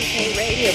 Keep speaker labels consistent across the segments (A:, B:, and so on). A: Media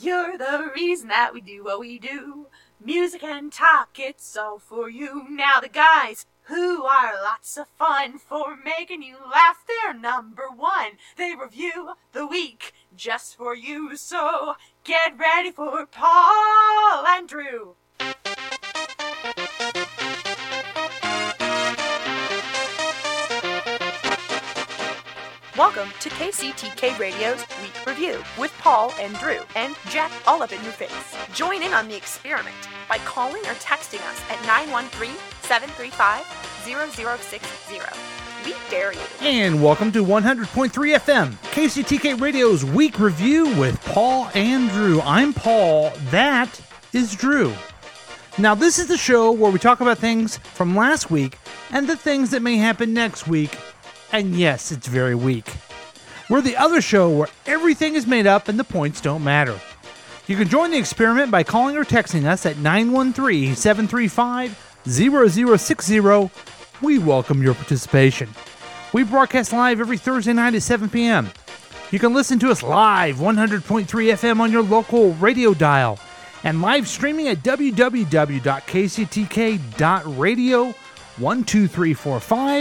B: You're the reason that we do what we do. Music and talk, it's all for you. Now, the guys who are lots of fun for making you laugh, they're number one. They review the week just for you, so get ready for Paul and Drew.
C: Welcome to KCTK Radio's Week Review with Paul and Drew and Jack all up in your face. Join in on the experiment by calling or texting us at 913-735-0060. We dare you.
D: And welcome to 100.3 FM, KCTK Radio's week review with Paul and Drew. I'm Paul, that is Drew. Now, this is the show where we talk about things from last week and the things that may happen next week. And yes, it's very weak. We're the other show where everything is made up and the points don't matter. You can join the experiment by calling or texting us at 913 735 0060. We welcome your participation. We broadcast live every Thursday night at 7 p.m. You can listen to us live 100.3 FM on your local radio dial and live streaming at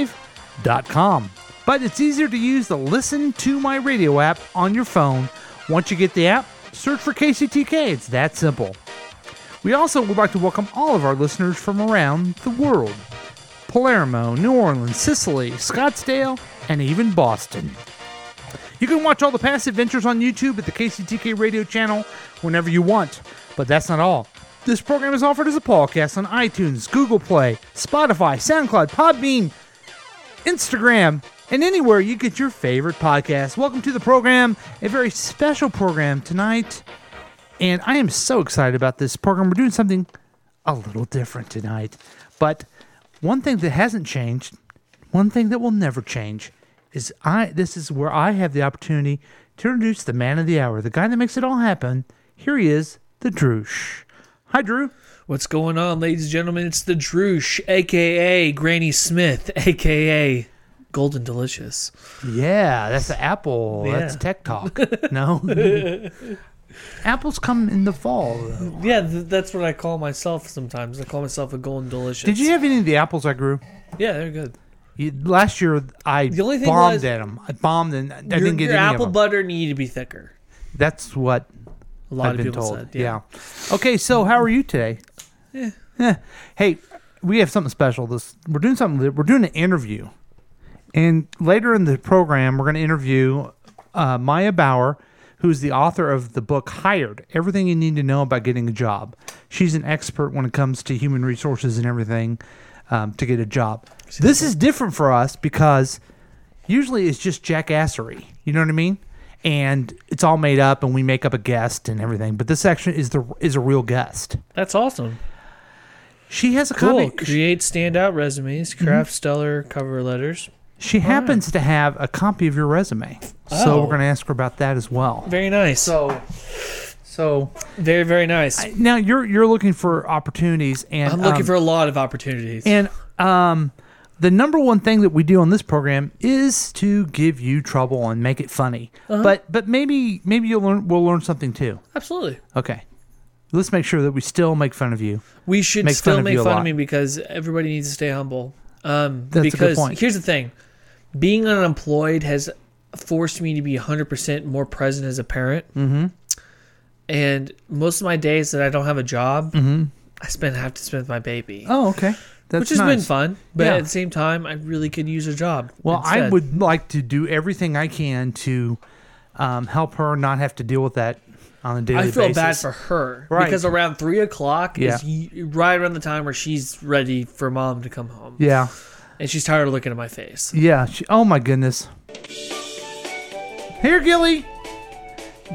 D: www.kctk.radio12345.com. But it's easier to use the Listen to My Radio app on your phone. Once you get the app, search for KCTK. It's that simple. We also would like to welcome all of our listeners from around the world Palermo, New Orleans, Sicily, Scottsdale, and even Boston. You can watch all the past adventures on YouTube at the KCTK radio channel whenever you want. But that's not all. This program is offered as a podcast on iTunes, Google Play, Spotify, SoundCloud, Podbean, Instagram, and anywhere you get your favorite podcast. Welcome to the program, a very special program tonight. And I am so excited about this program. We're doing something a little different tonight. But one thing that hasn't changed, one thing that will never change, is I this is where I have the opportunity to introduce the man of the hour, the guy that makes it all happen. Here he is, the Droosh. Hi Drew.
E: What's going on, ladies and gentlemen? It's the Droosh, aka Granny Smith, aka Golden Delicious.
D: Yeah, that's the Apple. That's
E: Yeah.
D: Tech Talk. No. Apples come in the fall. Though.
E: Yeah, th- that's what I call myself sometimes. I call myself a Golden Delicious.
D: Did you have any of the apples I grew?
E: Yeah, they're good.
D: You, last year I
E: The only thing
D: bombed
E: was-
D: at them. I bombed and I
E: your
D: didn't get
E: your
D: any
E: apple
D: of them.
E: butter needed to be thicker.
D: That's what
E: A lot
D: I've
E: of
D: been
E: people
D: told.
E: said.
D: yeah. Okay, so how are you today? Yeah. Hey, we have something special. This we're doing something. that- We're doing an interview, and later in the program, we're going to interview uh, Maya Bauer, who's the author of the book "Hired: Everything You Need to Know About Getting a Job." She's an expert when it comes to human resources and everything um, to get a job. This is different for us because usually it's just jackassery. You know what I mean? And it's all made up, and we make up a guest and everything. But this section is the is a real guest.
E: That's awesome.
D: She has a
E: Cool.
D: comic. Mm-hmm. she-
E: Create standout resumes, craft stellar cover letters.
D: She happens to have a copy of your resume, so
E: Oh.
D: we're going to ask her about that as well.
E: Very nice.
D: So, so
E: very, very nice. I,
D: now you're you're looking for opportunities, and
E: am looking
D: um,
E: for a lot of opportunities.
D: and um, the number one thing that we do on this program is to give you trouble and make it funny.
E: Uh-huh.
D: But but maybe maybe you'll learn we'll learn something too.
E: Absolutely.
D: Okay, let's make sure that we still make fun of you.
E: We should
D: Make
E: still
D: fun of
E: make
D: you a
E: fun of
D: lot.
E: me because everybody needs to stay humble. Um,
D: That's a good
E: because
D: point.
E: here's the thing being unemployed has forced me to be 100% more present as a parent. Mm-hmm. And most of my days that I don't have a job, I spend have to spend with my baby,
D: Mm-hmm. Oh, okay. That's
E: which has been
D: nice.
E: fun. But
D: Yeah.
E: at the same time, I really could use a job.
D: Well, I
E: instead.
D: would like to do everything I can to um, help her not have to deal with that on a daily
E: I
D: basis.
E: feel bad for her
D: Right.
E: because around three o'clock
D: Yeah.
E: is y- right around the time where she's ready for mom to come home,
D: Yeah,
E: and she's tired of looking at my face.
D: yeah. She, oh my goodness. Here, Gilly.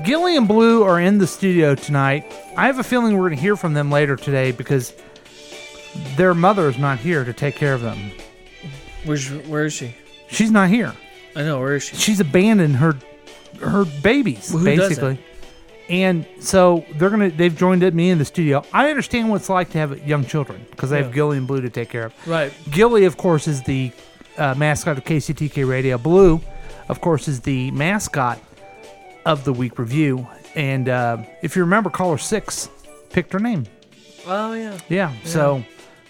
D: Gilly and Blue are in the studio tonight. I have a feeling we're going to hear from them later today because their mother is not here to take care of them.
E: Where's where is she?
D: She's not here.
E: I know where is she?
D: She's abandoned her her babies
E: Well, who does
D: basically. And so they're gonna they've joined me in the studio. I understand what it's like to have young children because they have
E: Yeah.
D: Gilly and Blue to take care of.
E: Right.
D: Gilly, of course, is the uh, mascot of KCTK Radio. Blue, of course, is the mascot of the Week Review. And uh, if you remember, caller six picked her name.
E: Oh yeah.
D: Yeah. So,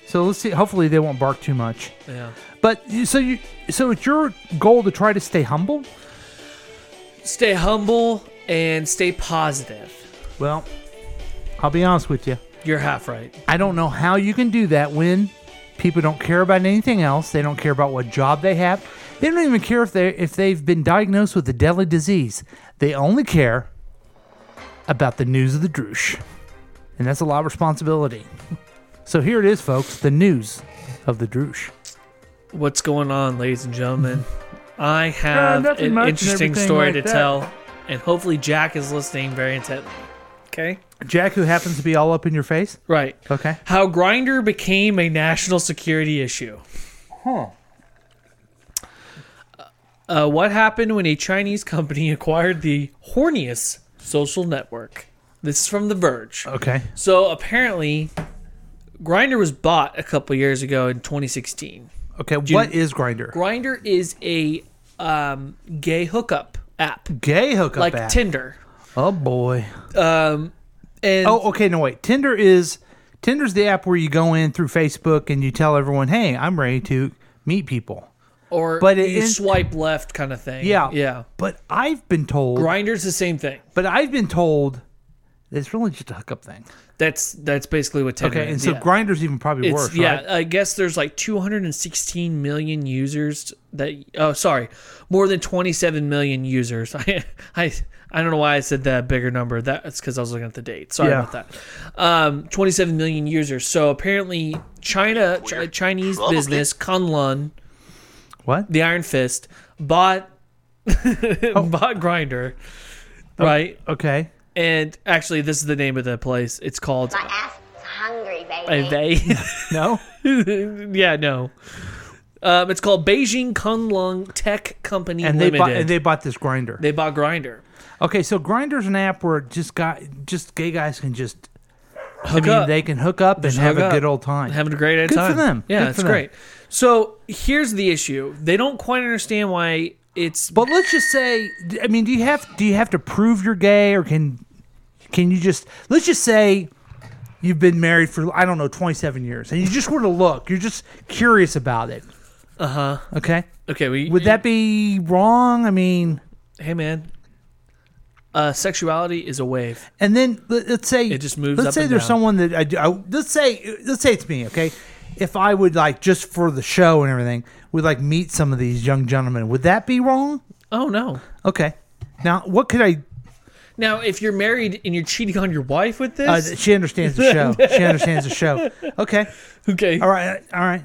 D: so let's see. Hopefully, they won't bark too much.
E: Yeah.
D: But you- so you, so it's your goal to try to stay humble.
E: Stay humble and stay positive.
D: Well, I'll be honest with you.
E: You're half right.
D: I don't know how you can do that when people don't care about anything else. They don't care about what job they have. They don't even care if they if they've been diagnosed with a deadly disease. They only care about the news of the droosh. And that's a lot of responsibility. So here it is, folks, the news of the droosh.
E: What's going on, ladies and gentlemen? I have
D: Uh, nothing
E: an
D: much and
E: interesting
D: everything
E: story
D: like
E: to
D: that.
E: tell, and hopefully Jack is listening very intently. Okay.
D: Jack, who happens to be all up in your face.
E: Right.
D: Okay.
E: How Grinder became a national security issue.
D: Huh.
E: Uh, what happened when a Chinese company acquired the horniest social network? This is from The Verge.
D: Okay.
E: So apparently, Grinder was bought a couple years ago in 2016.
D: Okay. what is Grinder?
E: Grinder is a um, gay hookup app,
D: Gay hookup
E: like
D: app.
E: Tinder.
D: oh boy.
E: And
D: Oh, okay. No, wait. Tinder is Tinder's the app where you go in through Facebook and you tell everyone, "Hey, I'm ready to meet people."
E: or
D: but it
E: you
D: is-
E: swipe left kind of thing.
D: Yeah.
E: yeah.
D: But I've been told.
E: Grinder's the same thing.
D: But I've been told it's really just a hookup thing.
E: That's that's basically what Tinder.
D: Okay,
E: is.
D: and so
E: yeah.
D: Grinder's even probably
E: It's,
D: worse.
E: yeah,
D: Right?
E: I guess there's like 216 million users that. Oh, sorry, more than 27 million users. I I, I don't know why I said that bigger number. That's because I was looking at the date. Sorry
D: Yeah.
E: about that. Um, 27 million users. So apparently, China, Ch- Chinese
F: Probably.
E: business Kunlun,
D: What?
E: the Iron Fist, bought
D: Oh.
E: bought Grinder, right?
D: Okay.
E: And actually, this is the name of the place. It's called.
G: ass is hungry, baby.
E: They,
D: No.
E: yeah, no. Um, it's called Beijing Kunlun Tech Company
D: And they
E: Limited.
D: bought and they bought this Grinder.
E: they bought Grinder.
D: Okay, so Grinder's an app where just guy just gay guys can just
E: Hook
D: I mean they can hook up and have a good old time.
E: having a great
D: Good for
E: time.
D: them.
E: Yeah,
D: Good
E: it's
D: for them.
E: great. So here's the issue: they don't quite understand why it's
D: But let's just say, d- I mean, do you have do you have to prove you're gay, or can can you just let's just say you've been married for I don't know 27 years, and you just want to look, you're just curious about it.
E: Uh-huh.
D: Uh huh. Okay.
E: okay. We,
D: Would that be wrong? I mean,
E: hey man, uh, sexuality is a wave.
D: and then let- let's say
E: It just moves
D: Let's
E: up
D: say
E: and
D: there's
E: down.
D: someone that I, do- I let's say let's say it's me. Okay. If I would like just for the show and everything, would like meet some of these young gentlemen, would that be wrong?
E: Oh no.
D: Okay. Now, what could I
E: Now, if you're married and you're cheating on your wife with
D: Uh,
E: this,
D: she understands the show. she understands the show. Okay.
E: okay.
D: Uh, All right. All right.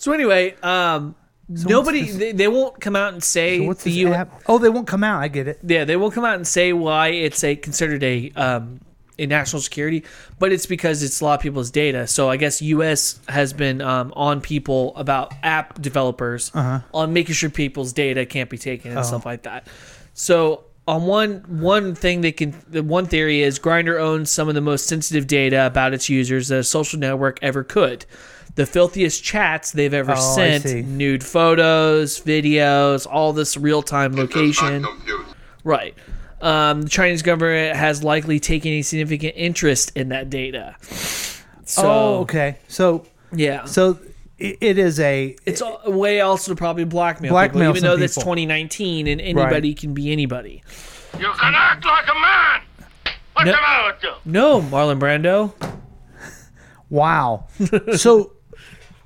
E: So anyway, um, nobody they, they won't come out and say
D: What's
E: the
D: the
E: U-
D: app? Oh, they won't come out. I get it.
E: yeah, they will come out and say why it's a considered a um, a national security, but it's because it's a lot of people's data. So I guess U.S. has been um, on people about app developers
D: Uh-huh.
E: on making sure people's data can't be taken
D: Oh.
E: and stuff like that. So on one one thing they can the one theory is Grinder owns some of the most sensitive data about its users that a social network ever could. The filthiest chats they've ever
D: Oh, I
E: sent,
D: see.
E: nude photos, videos, all this real time location. Right. Um, the Chinese government has likely taken a significant interest in that data. So,
D: oh, okay. So,
E: yeah.
D: so i it is a.
E: it's a a way also to probably blackmail,
D: Blackmail
E: people, even
D: some
E: though that's
D: people.
E: 2019 and anybody can be anybody.
H: You can act like a man. What's
E: No-
H: the matter with you?
E: No, Marlon Brando.
D: Wow. so,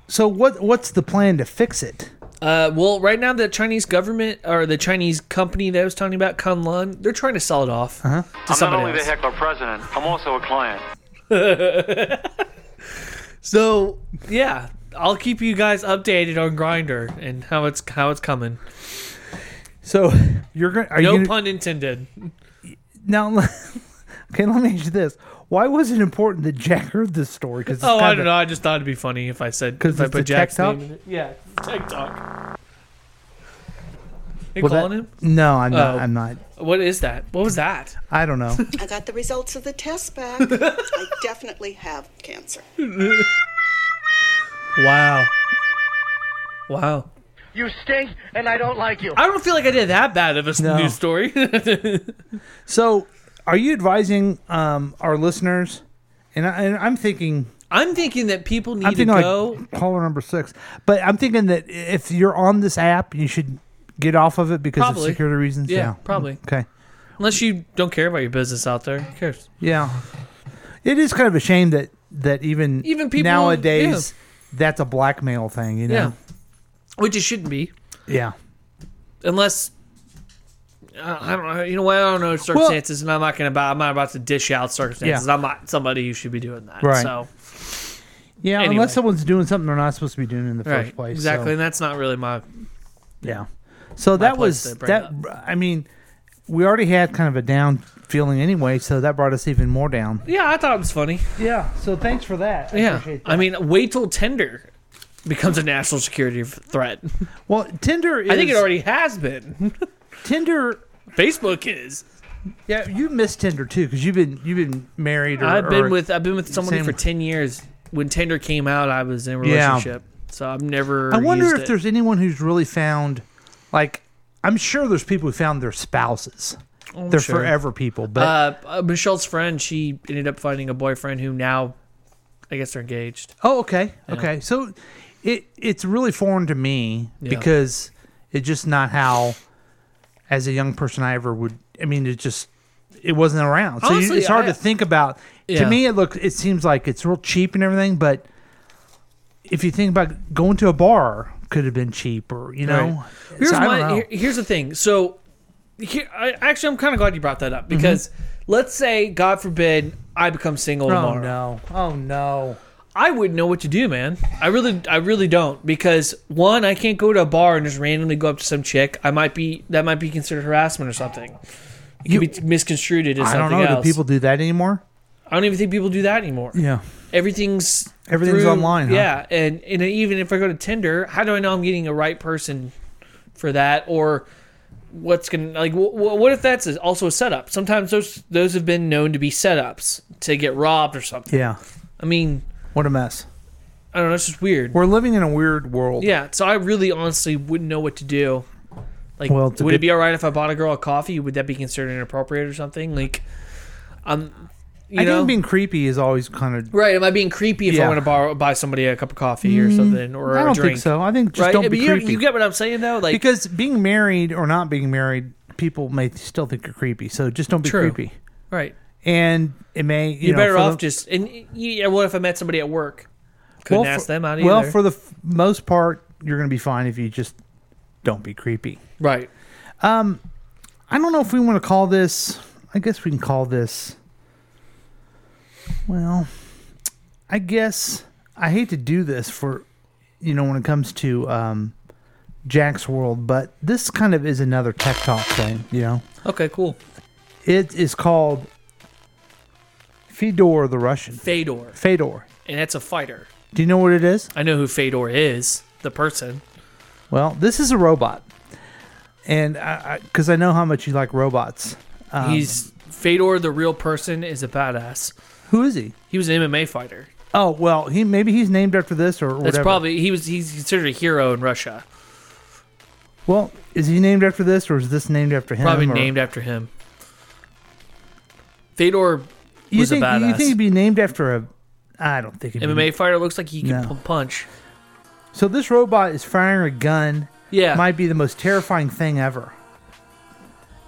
D: so what? What's the plan to fix it?
E: Uh, well, right now the Chinese government or the Chinese company that I was talking about, Kunlun, they're trying to sell it off
D: Uh-huh.
E: to somebody else.
H: heckler president, I'm also a client.
E: So yeah, I'll keep you guys updated on Grinder and how it's how it's coming.
D: So you're gonna. Are
E: No
D: you, gonna-
E: pun intended.
D: Now, okay, let me ask you this: Why was it important that Jack heard this story? Because
E: Oh, I don't know. I just thought it'd be funny if I said if I
D: it's a
E: put
D: tech
E: Jack's
D: talk?
E: name in it. Yeah, tech talk. You
D: Well, that-
E: calling him?
D: No, I'm not.
E: Oh.
D: I'm not.
E: What is that? What was that?
D: I don't know.
I: I got the results of the test back. I definitely have cancer.
E: Wow. Wow.
J: You stink, and I don't like you.
E: I don't feel like I did that bad of a s-
D: No.
E: news story.
D: so, are you advising um, our listeners? And, I, and I'm thinking,
E: I'm thinking that people need
D: I'm
E: to
D: thinking like
E: go.
D: caller number six. But I'm thinking that if you're on this app, you should get off of it because
E: Probably.
D: of security reasons.
E: Yeah,
D: Yeah,
E: probably.
D: Okay.
E: Unless you don't care about your business out there, who cares?
D: Yeah, it is kind of a shame that that even
E: Even people-
D: nowadays that's a blackmail thing. You know?
E: Yeah, which it shouldn't be,
D: Yeah.
E: unless uh, I don't know. You know what? I don't know circumstances, and I'm not gonna. About, I'm not about to dish out circumstances.
D: Yeah.
E: I'm not somebody who should be doing that.
D: Right.
E: So
D: Yeah,
E: Anyway.
D: unless someone's doing something they're not supposed to be doing in the
E: right,
D: first place. so-
E: exactly, and that's not really my.
D: Yeah. So
E: my
D: that
E: place
D: was
E: to bring
D: that.
E: up.
D: I mean, we already had kind of a down feeling anyway, so that brought us even more down.
E: Yeah, I thought it was funny.
D: Yeah. So thanks for that. I
E: yeah,
D: appreciate
E: I mean, wait till Tinder becomes a national security f- threat.
D: Well, Tinder. Is,
E: I think it already has been.
D: Tinder.
E: Facebook is.
D: Yeah, you missed Tinder too because you've been you've been married. Or,
E: I've
D: or-
E: been with I've been with someone
D: same-
E: for ten years. When Tinder came out, I was in a
D: Yeah.
E: relationship, so I've never.
D: I wonder
E: used
D: if
E: it.
D: there's anyone who's really found, like, I'm sure there's people who found their spouses.
E: I'm
D: They're
E: Oh, sure.
D: forever people, but
E: uh, uh, Michelle's friend, she ended up finding a boyfriend who now, I guess, they're engaged.
D: Oh, okay,
E: Yeah.
D: okay. So it it's really foreign to me
E: Yeah.
D: because it's just not how, as a young person, I ever would. I mean, it just it wasn't around. So
E: Honestly,
D: you, it's hard
E: I-
D: to think about.
E: Yeah.
D: To me, it look it seems like it's real cheap and everything, but if you think about going to a bar, could have been cheap or you know.
E: Right. here's
D: So I don't
E: my
D: know.
E: here- here's the thing. So, here, I, actually, I'm kind of glad you brought that up because let's say, God forbid, I become single
D: Oh,
E: tomorrow.
D: no! Oh no!
E: I wouldn't know what to do, man. I really, I really don't because one, I can't go to a bar and just randomly go up to some chick. I might be that might be considered harassment or something. It could be misconstrued as
D: I
E: something
D: don't know.
E: else.
D: Do people do that anymore?
E: I don't even think people do that anymore.
D: Yeah.
E: Everything's
D: Everything's
E: through-
D: online, huh?
E: Yeah, and and even if I go to Tinder, how do I know I'm getting a right person for that or what's gonna like? Wh- wh- what if that's also a setup? Sometimes those those have been known to be setups to get robbed or something.
D: Yeah.
E: I mean,
D: What a mess.
E: I don't know. It's just weird.
D: We're living in a weird world.
E: Yeah, so I really honestly wouldn't know what to do. Like,
D: Well, it's a
E: would it
D: bit-
E: be all right if I bought a girl a coffee? Would that be considered inappropriate or something? Like, um, you
D: I
E: know,
D: think being creepy is always kind of
E: Right? Am I being creepy if I
D: Yeah.
E: want to borrow, buy somebody a cup of coffee or
D: Mm,
E: something or
D: I
E: a
D: don't
E: drink?
D: think so. I think just
E: right?
D: don't
E: But
D: be
E: you,
D: creepy.
E: you get what I'm saying though? Like,
D: because being married or not being married, people may still think you're creepy. So just don't be
E: True.
D: creepy.
E: right?
D: And it may you
E: You're
D: know,
E: better
D: for
E: off
D: the-
E: just. And yeah, what if I met somebody at work? Couldn't ask
D: for,
E: them out
D: Well,
E: either.
D: for the f- most part, you're going to be fine if you just don't be creepy.
E: Right.
D: Um, I don't know if we want to call this. I guess we can call this. Well, I guess I hate to do this for, you know, when it comes to um, Jack's world, but this kind of is another tech talk thing. You know,
E: Okay, cool.
D: it is called Fedor the Russian.
E: Fedor,
D: Fedor.
E: and that's a fighter.
D: Do you know what it is?
E: I know who Fedor is, the person.
D: Well, this is a robot, and I because I, know how much you like robots. Um,
E: He's Fedor, the real person, is a badass.
D: who is he?
E: He was an MMA fighter.
D: Oh well, he maybe he's named after this or whatever.
E: That's probably he was. He's considered a hero in Russia.
D: well. Is he named after this or is this named after him?
E: Probably
D: or-
E: named after him. Fedor was
D: You think
E: a badass.
D: you think he'd be named after a? I don't think he'd
E: MMA
D: Be,
E: fighter looks like he can
D: No.
E: pu- punch.
D: so this robot is firing a gun.
E: Yeah.
D: might be the most terrifying thing ever.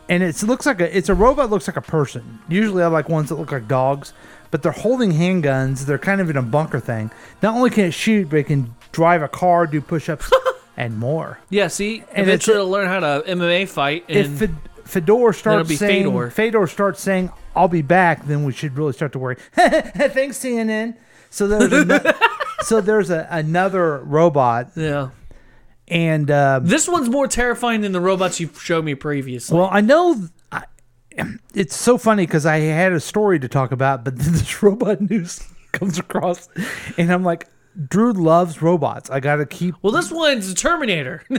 D: And it looks like a it's a robot looks like a person. Usually I like ones that look like dogs, but they're holding handguns. They're kind of in a bunker thing. Not only can it shoot, but it can drive a car, do push-ups, and more.
E: Yeah, see,
D: And it's
E: eventually
D: a-
E: it'll learn how to MMA fight.
D: if
E: And
D: Fed- Fedor starts
E: be
D: saying
E: Fedor.
D: Fedor. starts saying I'll be back, then we should really start to worry. Thanks CNN. So there's ano- so there's a, another robot,
E: yeah,
D: and um, uh,
E: this one's more terrifying than the robots you showed me previously.
D: well, I know I, it's so funny because I had a story to talk about, but then this robot news comes across, and I'm like, Drew loves robots. I gotta keep.
E: Well, this one's a Terminator.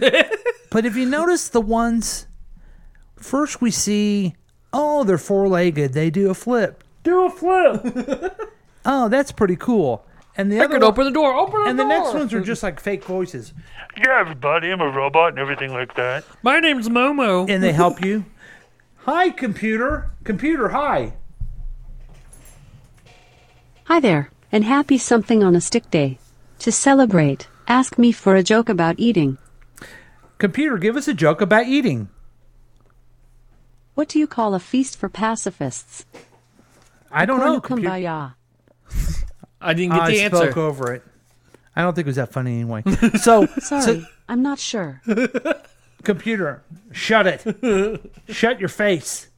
D: but if you notice the ones, first we see, oh, they're four legged. They do a flip. Do a flip. oh, that's pretty cool. And the
E: I
D: other
E: could
D: one-
E: open the door. Open the
D: and
E: door.
D: the next ones are just like fake voices.
K: Yeah, everybody, I'm a robot and everything like that.
E: My name's Momo.
D: And they help you. Hi, computer. Computer, hi.
L: Hi there, and happy something on a stick day. To celebrate, ask me for a joke about eating.
D: Computer, give us a joke about eating.
L: What do you call a feast for pacifists?
D: I don't know. compu-
L: Kumbaya.
E: I didn't
L: get the
D: I spoke
L: answer.
D: over it. I don't think it was that funny anyway. So
L: Sorry,
D: so-
L: I'm not sure.
D: computer, shut it. shut your face.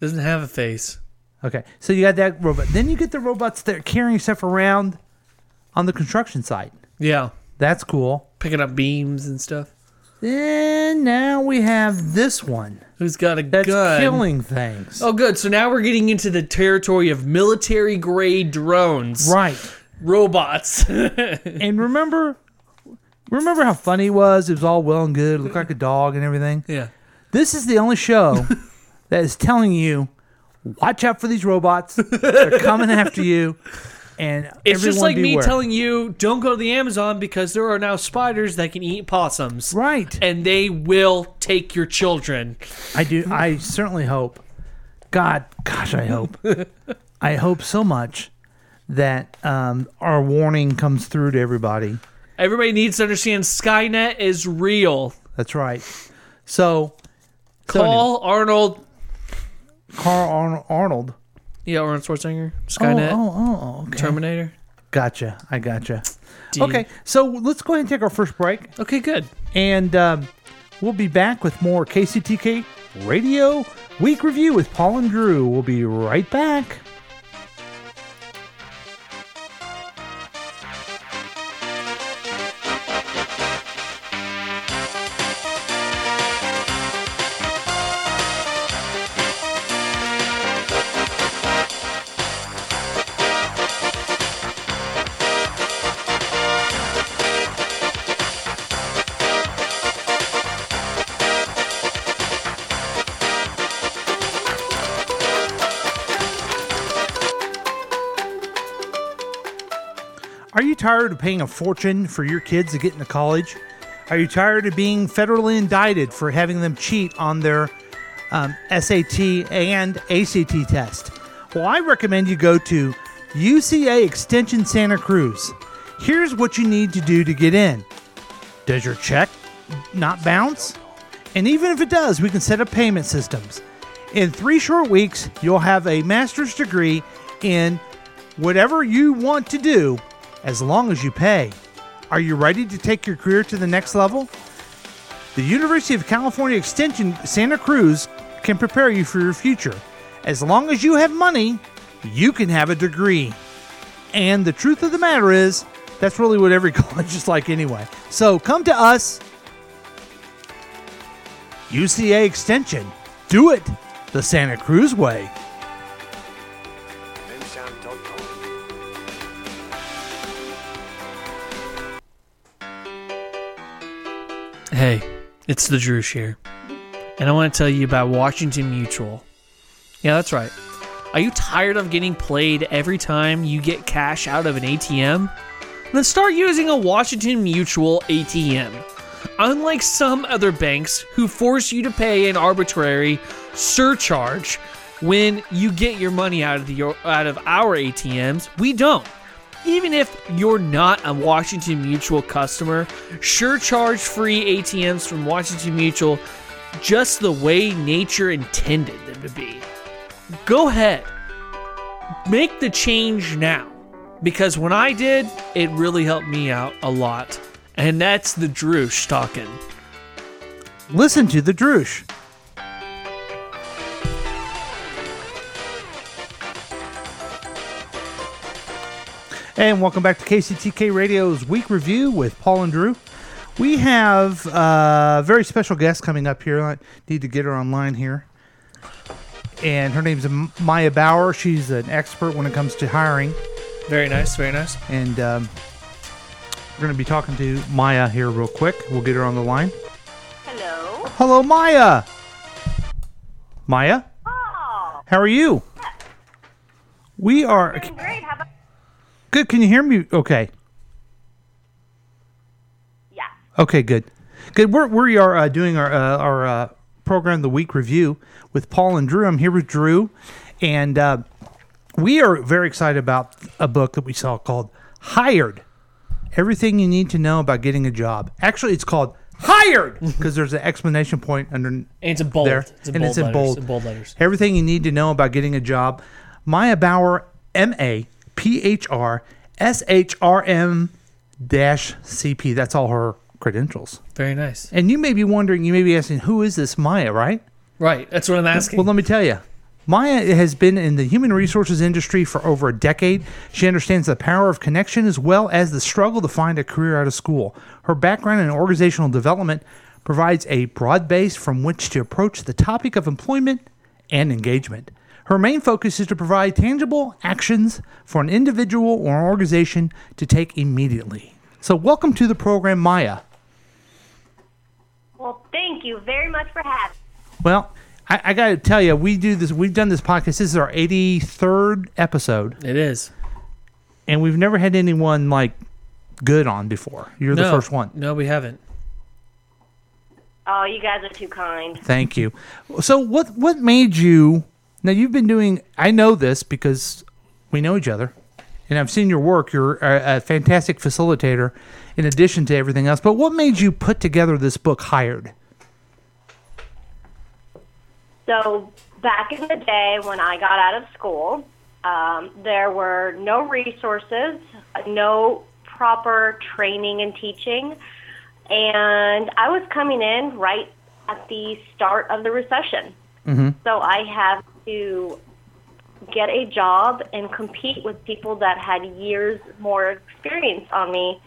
E: Doesn't have a face.
D: Okay, so you got that robot. Then you get the robots that are carrying stuff around on the construction site.
E: Yeah.
D: That's cool.
E: Picking up beams and stuff.
D: Then now we have this one.
E: Who's got a
D: that's
E: gun.
D: killing things.
E: Oh, good. So now we're getting into the territory of military grade drones.
D: Right.
E: Robots.
D: and remember remember how funny it was? It was all well and good, it looked like a dog and everything.
E: Yeah.
D: This is the only show that is telling you watch out for these robots. They're coming after you. And
E: It's just
D: everyone
E: like me
D: beware.
E: telling you don't go to the Amazon because there are now spiders that can eat possums.
D: Right.
E: And they will take your children.
D: I do I certainly hope. God gosh, I hope. I hope so much that um, our warning comes through to everybody.
E: Everybody needs to understand Skynet is real.
D: That's right. So so anyway,
E: Call Arnold.
D: Carl Arn- Arnold.
E: Yeah, Arnold Schwarzenegger. Skynet.
D: Oh, oh, oh, okay.
E: Terminator.
D: Gotcha. I gotcha.
E: Dude.
D: Okay, so let's go ahead and take our first break.
E: Okay, good.
D: And um, we'll be back with more KCTK Radio Week Review with Paul and Drew. We'll be right back. Are you tired of paying a fortune for your kids to get into college? Are you tired of being federally indicted for having them cheat on their um, SAT and ACT test? Well, I recommend you go to UCA Extension Santa Cruz. Here's what you need to do to get in. Does your check not bounce? And even if it does, we can set up payment systems. In three short weeks, you'll have a master's degree in whatever you want to do as long as you pay. Are you ready to take your career to the next level? The University of California Extension Santa Cruz can prepare you for your future. As long as you have money, you can have a degree. And the truth of the matter is, that's really what every college is like anyway. So come to us, UCA Extension. Do it the Santa Cruz way.
E: Hey, it's the Drew here, and I want to tell you about Washington Mutual. Yeah, that's right. Are you tired of getting played every time you get cash out of an ATM? Then start using a Washington Mutual ATM. Unlike some other banks who force you to pay an arbitrary surcharge when you get your money out of the out of our ATMs, we don't. Even if you're not a Washington Mutual customer, sure charge free ATMs from Washington Mutual just the way nature intended them to be. Go ahead, make the change now because when I did, it really helped me out a lot. And that's the Droosh talking.
D: Listen to the Droosh. And welcome back to KCTK Radio's Week Review with Paul and Drew. We have uh, a very special guest coming up here. I need to get her online here. and her name's M- Maya Bauer. She's an expert when it comes to hiring.
E: Very nice, very nice.
D: And um, we're going to be talking to Maya here real quick. We'll get her on the line.
M: Hello.
D: Hello, Maya. Maya,
M: Oh,
D: how are you? We are
M: doing great. How about?
D: good. Can you hear me? Okay.
M: Yeah.
D: Okay, good, good. We're we are uh, doing our uh, our uh, program, the week review, with Paul and Drew. I'm here with Drew, and uh, we are very excited about a book that we saw called "Hired: Everything You Need to Know About Getting a Job." Actually, it's called "Hired" because there's an explanation point under. And
E: it's in bold.
D: There,
E: It's in
D: and
E: bold
D: it's in
E: letters,
D: bold.
E: in bold letters.
D: Everything you need to know about getting a job. Maya Bauer, M A P H R S H R M dash CP. That's all her credentials.
E: Very nice.
D: And you may be wondering, you may be asking, who is this Maya, right?
E: Right. That's what I'm asking.
D: Well, let me tell you. Maya has been in the human resources industry for over a decade. She understands the power of connection as well as the struggle to find a career out of school. Her background in organizational development provides a broad base from which to approach the topic of employment and engagement. Her main focus is to provide tangible actions for an individual or an organization to take immediately. So, welcome to the program, Maya.
M: Well, thank you very much for having.
D: Well, I, I got to tell you, we do this. We've done this podcast. This is our eighty third episode.
E: It is,
D: and we've never had anyone like good on before. You're the
E: No.
D: first one.
E: No, we haven't.
M: Oh, you guys are too kind.
D: Thank you. So what what made you? Now you've been doing. I know this because we know each other, and I've seen your work. You're a, a fantastic facilitator, in addition to everything else. But what made you put together this book, Hired?
M: So back in the day when I got out of school, um, there were no resources, no proper training and teaching, and I was coming in right at the start of the recession.
N: Mm-hmm.
M: So I had to get a job and compete with people that had years more experience on me.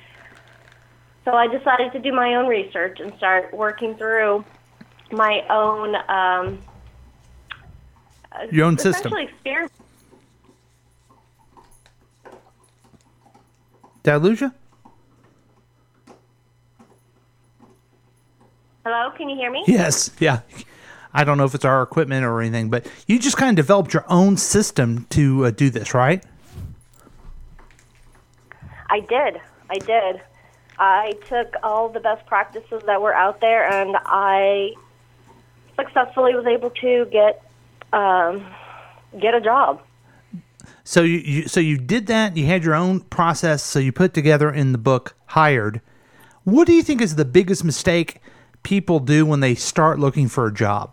M: So I decided to do my own research and start working through my own um,
D: Your own system.
M: essentially experiment.
D: Did I lose you?
M: Hello, can you hear me?
D: Yes. Yeah. I don't know if it's our equipment or anything, but you just kind of developed your own system to uh, do this, right?
M: I did. I did. I took all the best practices that were out there, and I successfully was able to get um, get a job.
D: So you, you so you did that. You had your own process. So you put together in the book hired. What do you think is the biggest mistake people do when they start looking for a job?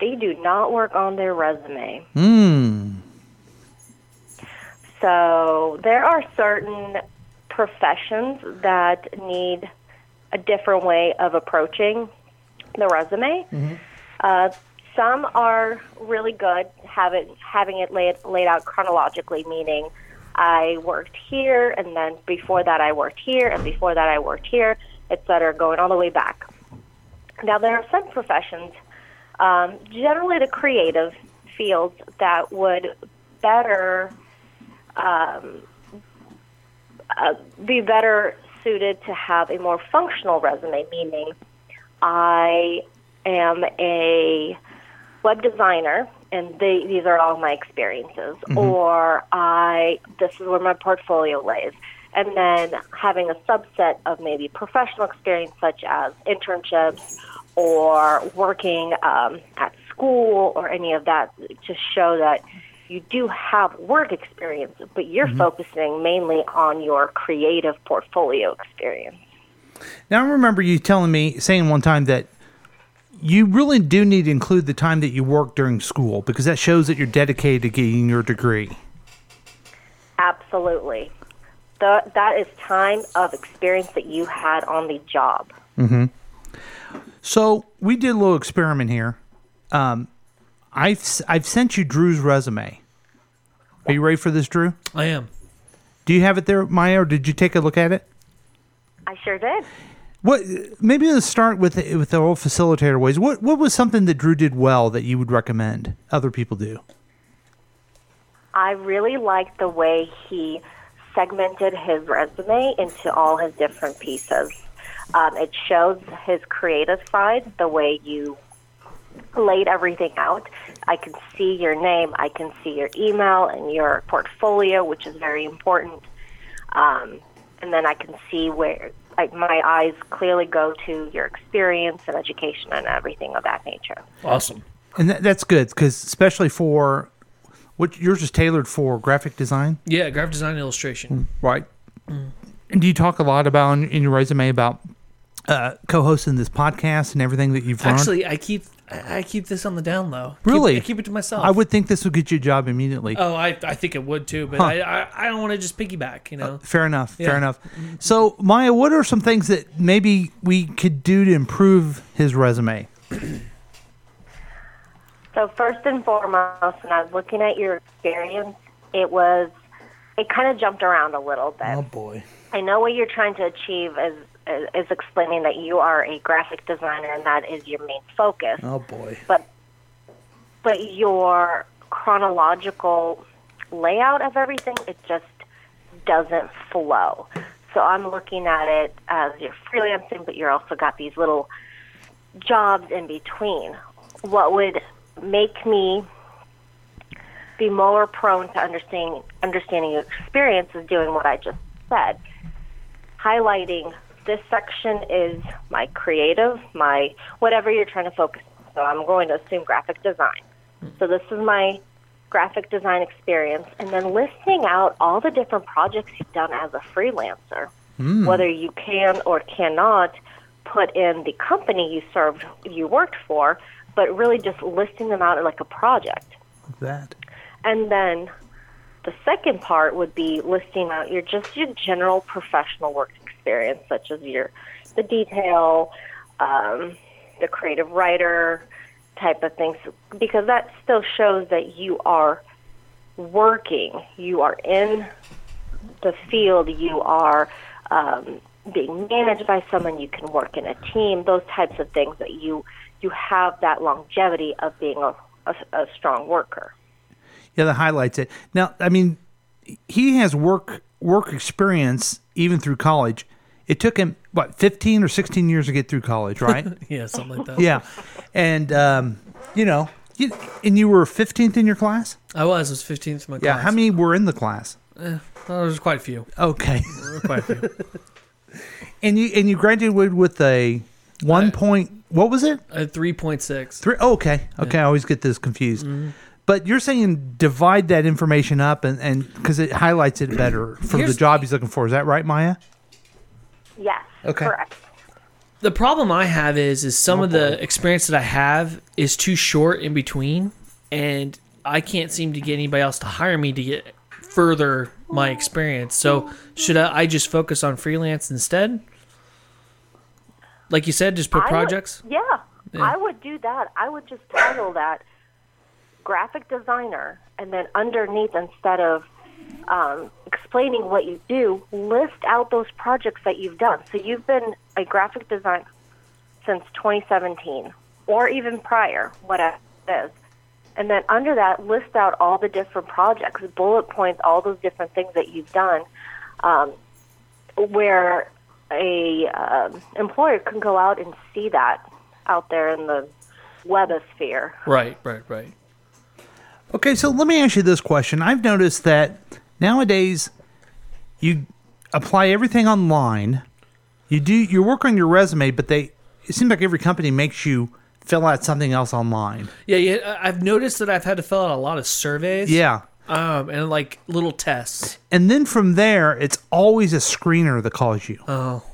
M: They do not work on their resume.
D: Hmm.
M: So there are certain professions that need a different way of approaching the resume. Uh, some are really good have it, having it laid, laid out chronologically, meaning I worked here, and then before that I worked here, and before that I worked here, et cetera, going all the way back. Now, there are some professions, um, generally the creative fields, that would better um, uh, be better suited to have a more functional resume, meaning I am a web designer and they, these are all my experiences,
N: Mhm.
M: or I this is where my portfolio lays. And then having a subset of maybe professional experience, such as internships or working um, at school or any of that, to show that you do have work experience, but you're
D: Mhm.
M: focusing mainly on your creative portfolio experience.
D: Now I remember you telling me saying one time that you really do need to include the time that you work during school because that shows that you're dedicated to getting your degree.
M: Absolutely. Th- that is time of experience that you had on the job.
D: Mm-hmm. So we did a little experiment here. Um, I've s- I've sent you Drew's resume. Are you ready for this, Drew?
E: I am.
D: Do you have it there, Maya, or did you take a look at it?
M: I sure did.
D: What? Maybe let's start with with the old facilitator ways. What What was something that Drew did well that you would recommend other people do?
M: I really liked the way he segmented his resume into all his different pieces. Um, it shows his creative side, the way you laid everything out. I can see your name, I can see your email and your portfolio, which is very important. Um, and then I can see where like my eyes clearly go to your experience and education and everything of that nature.
E: Awesome.
D: And that, that's good because especially for what yours is tailored for graphic design,
E: Yeah, graphic design and illustration.
D: right? And do you talk a lot about in in your resume about uh, co-hosting this podcast and everything that you've learned?
E: Actually, I keep I I keep this on the down low. Keep-
D: really,
E: I keep it to myself.
D: I would think this would get you a job immediately.
E: Oh, I, I think it would too, but
D: Huh. Uh,
E: I, I I don't want to just piggyback. You know.
D: Fair enough. Fair
E: Yeah.
D: enough. So, Maya, what are some things that maybe we could do to improve his resume?
M: So first and foremost, when I was looking at your experience, it was it kind of jumped around a little bit.
E: Oh boy.
M: I know what you're trying to achieve is is explaining that you are a graphic designer and that is your main focus.
E: Oh boy.
M: But but your chronological layout of everything it just doesn't flow. So I'm looking at it as you're freelancing, but you're also got these little jobs in between. What would make me be more prone to understanding understanding your experience is doing what I just said, highlighting this section is my creative, my whatever you're trying to focus. on. So I'm going to assume graphic design. So this is my graphic design experience, and then listing out all the different projects you've done as a freelancer whether you can or cannot put in the company you served you worked for, but really just listing them out like a project.
D: that.
M: And then the second part would be listing out your just your general professional work experience, such as your the detail, um, the creative writer type of things, because that still shows that you are working, you are in the field, you are um, being managed by someone, you can work in a team, those types of things that you you have that longevity of being a, a, a strong worker.
D: Yeah, that highlights it. Now, I mean, he has work work experience even through college. It took him what fifteen or sixteen years to get through college, right?
E: yeah, something like that.
D: yeah, and um, you know, you, and you were fifteenth in your class.
E: I was. I was 15th in my
D: yeah,
E: class.
D: how many were in the class?
E: Eh, well, there was quite a few.
D: Okay,
E: There were quite a few.
D: and you and you graduated with a one point. What was it?
E: A 3.6.
D: Three. oh, okay, okay. I always get this confused. But you're saying divide that information up and and because it highlights it better for the
E: Here's-
D: job he's looking for. Is that right, Maya?
M: Yes.
D: Okay.
M: Correct.
E: The problem I have is is
D: Oh,
E: some of the experience that I have is too short in between, and I can't seem to get anybody else to hire me to get further my experience. So should I, I just focus on freelance instead? Like you said, just put
M: I
E: projects.
M: Would, yeah,
E: Yeah.
M: I would do that. I would just title that graphic designer, and then underneath, instead of um, explaining what you do, list out those projects that you've done. So you've been a graphic designer since 2017, or even prior, whatever it is. And then under that, list out all the different projects, bullet points, all those different things that you've done, um, where a um, employer can go out and see that out there in the webosphere.
E: Right, right, right.
D: Okay, so let me ask you this question. I've noticed that nowadays you apply everything online. You do you work on your resume, but they it seems like every company makes you fill out something else online.
E: Yeah, yeah. I- I've noticed that I've had to fill out a lot of surveys.
D: Yeah.
E: Um, and like little tests.
D: And then from there, it's always a screener that calls you.
E: Oh.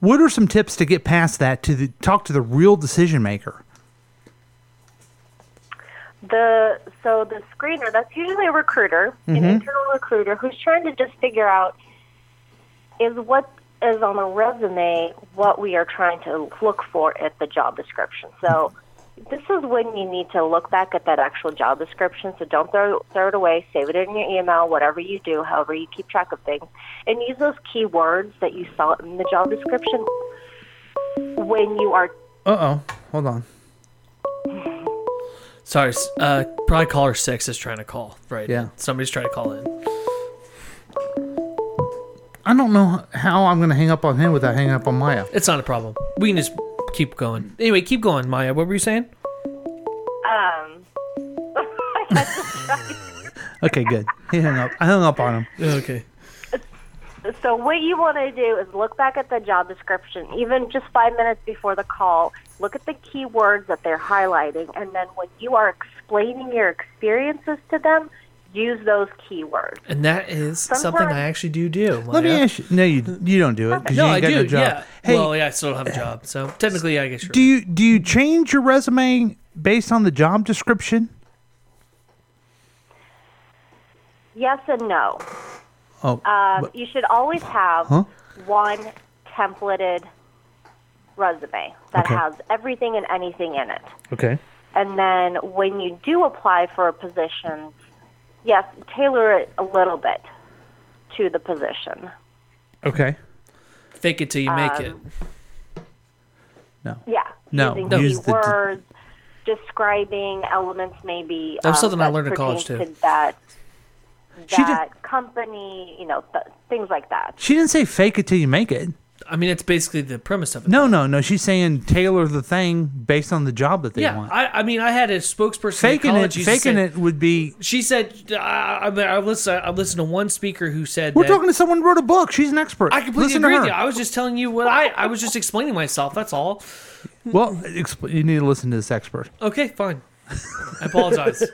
D: What are some tips to get past that to the, talk to the real decision maker?
M: The so the screener that's usually a recruiter, an
D: Mhm.
M: internal recruiter who's trying to just figure out is what is on the resume what we are trying to look for at the job description. So this is when you need to look back at that actual job description. So don't throw throw it away. Save it in your email, whatever you do, however you keep track of things, and use those keywords that you saw in the job description when you are
D: Uh oh. Hold on.
E: Sorry, s- uh, probably caller six is trying to call. Right.
D: Yeah.
E: Somebody's trying to call in.
D: I don't know how I'm going to hang up on him without hanging up on Maya.
E: It's not a problem. We can just keep going. Anyway, keep going, Maya. What were you saying?
M: um.
D: Okay, good. He hung up. I hung up on him.
E: Okay.
M: So what you want to do is look back at the job description, even just five minutes before the call. Look at the keywords that they're highlighting, and then when you are explaining your experiences to them, use those keywords.
E: And that is something
M: Sometimes-
E: I actually do do. Maya.
D: Let me ask you. No, you you don't do it because
E: No,
D: you ain't got
E: I do.
D: no job.
E: Yeah.
D: Hey,
E: well, yeah, I still don't have a job, so technically, I guess. You're
D: do you do you change your resume based on the job description?
M: Yes and no.
D: Oh,
M: Um, you should always have
D: Huh?
M: one templated resume that
D: Okay.
M: has everything and anything in it.
D: Okay.
M: And then when you do apply for a position, yes, tailor it a little bit to the position.
D: Okay.
E: fake it till you make it.
D: No.
M: Yeah.
E: No,
M: Using
E: no.
M: key
E: Use the-
M: words, describing elements maybe.
E: That was
M: um,
E: something I learned in
M: pertain
E: college, too.
M: To that
D: She did-
M: that company, you know, th- things like that.
D: She didn't say fake it till you make it.
E: I mean, it's basically the premise of it.
D: No, no, no. She's saying tailor the thing based on the job that they
E: yeah,
D: want.
E: I, I mean, I had a spokesperson.
D: Faking
E: in
D: it,
E: college used to
D: faking
E: say-
D: it would be.
E: She said, uh, I, I, I listened. I listened to one speaker who said
D: We're
E: that,
D: talking to someone who wrote a book. She's an expert.
E: I completely
D: Listen
E: agree
D: to
E: with
D: her.
E: you. I was just telling you what I. I was just explaining myself. That's all.
D: Well, expl- you need to listen to this expert.
E: Okay, fine. I apologize.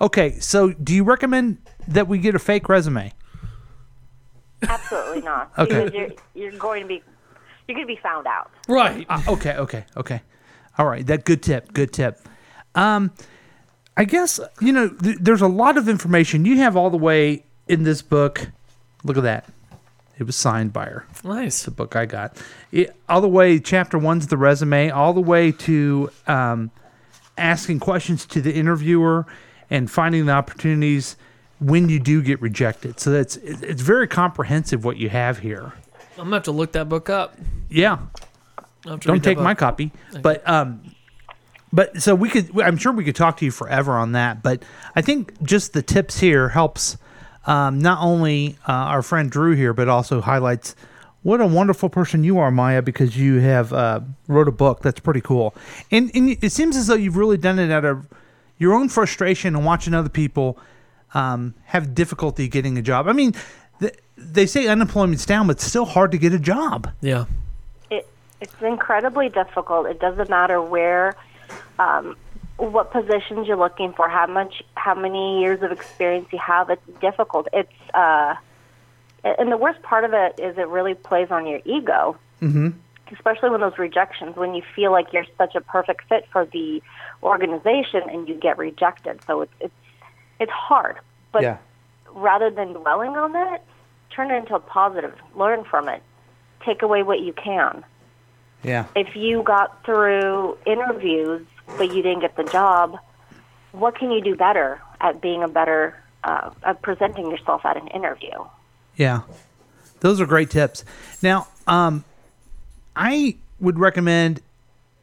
D: Okay, so do you recommend that we get a fake resume?
M: Absolutely not.
D: Okay.
M: Because you're, you're going to be you're going to be found out.
E: Right.
D: okay, okay, okay. All right, that good tip, good tip. Um, I guess you know th- there's a lot of information you have all the way in this book. Look at that. It was signed by her.
E: Nice.
D: The book I got. It, all the way, chapter one's the resume, all the way to um, asking questions to the interviewer and finding the opportunities when you do get rejected. So that's it- it's very comprehensive what you have here.
E: I'm gonna have to look that book up.
D: Yeah.
E: I'll have to read
D: Don't
E: that
D: take my
E: book.
D: copy, but um, but so we could. I'm sure we could talk to you forever on that, but I think just the tips here helps um, not only uh, our friend Drew here, but also highlights what a wonderful person you are, Maya, because you have uh, wrote a book that's pretty cool, and and it seems as though you've really done it out of your own frustration and watching other people um, have difficulty getting a job. I mean. th- They say unemployment's down, but it's still hard to get a job.
E: Yeah.
M: It, it's incredibly difficult. It doesn't matter where, um, what positions you're looking for, how much, how many years of experience you have. It's difficult. It's uh, and the worst part of it is it really plays on your ego,
N: Mm-hmm.
M: especially when those rejections, when you feel like you're such a perfect fit for the organization and you get rejected. So it's it's it's hard. But
D: yeah.
M: rather than dwelling on that, turn it into a positive. Learn from it. Take away what you can
D: Yeah.
M: if you got through interviews but you didn't get the job, what can you do better at being a better uh, at presenting yourself at an interview?
D: Yeah. Those are great tips. Now, um, I would recommend,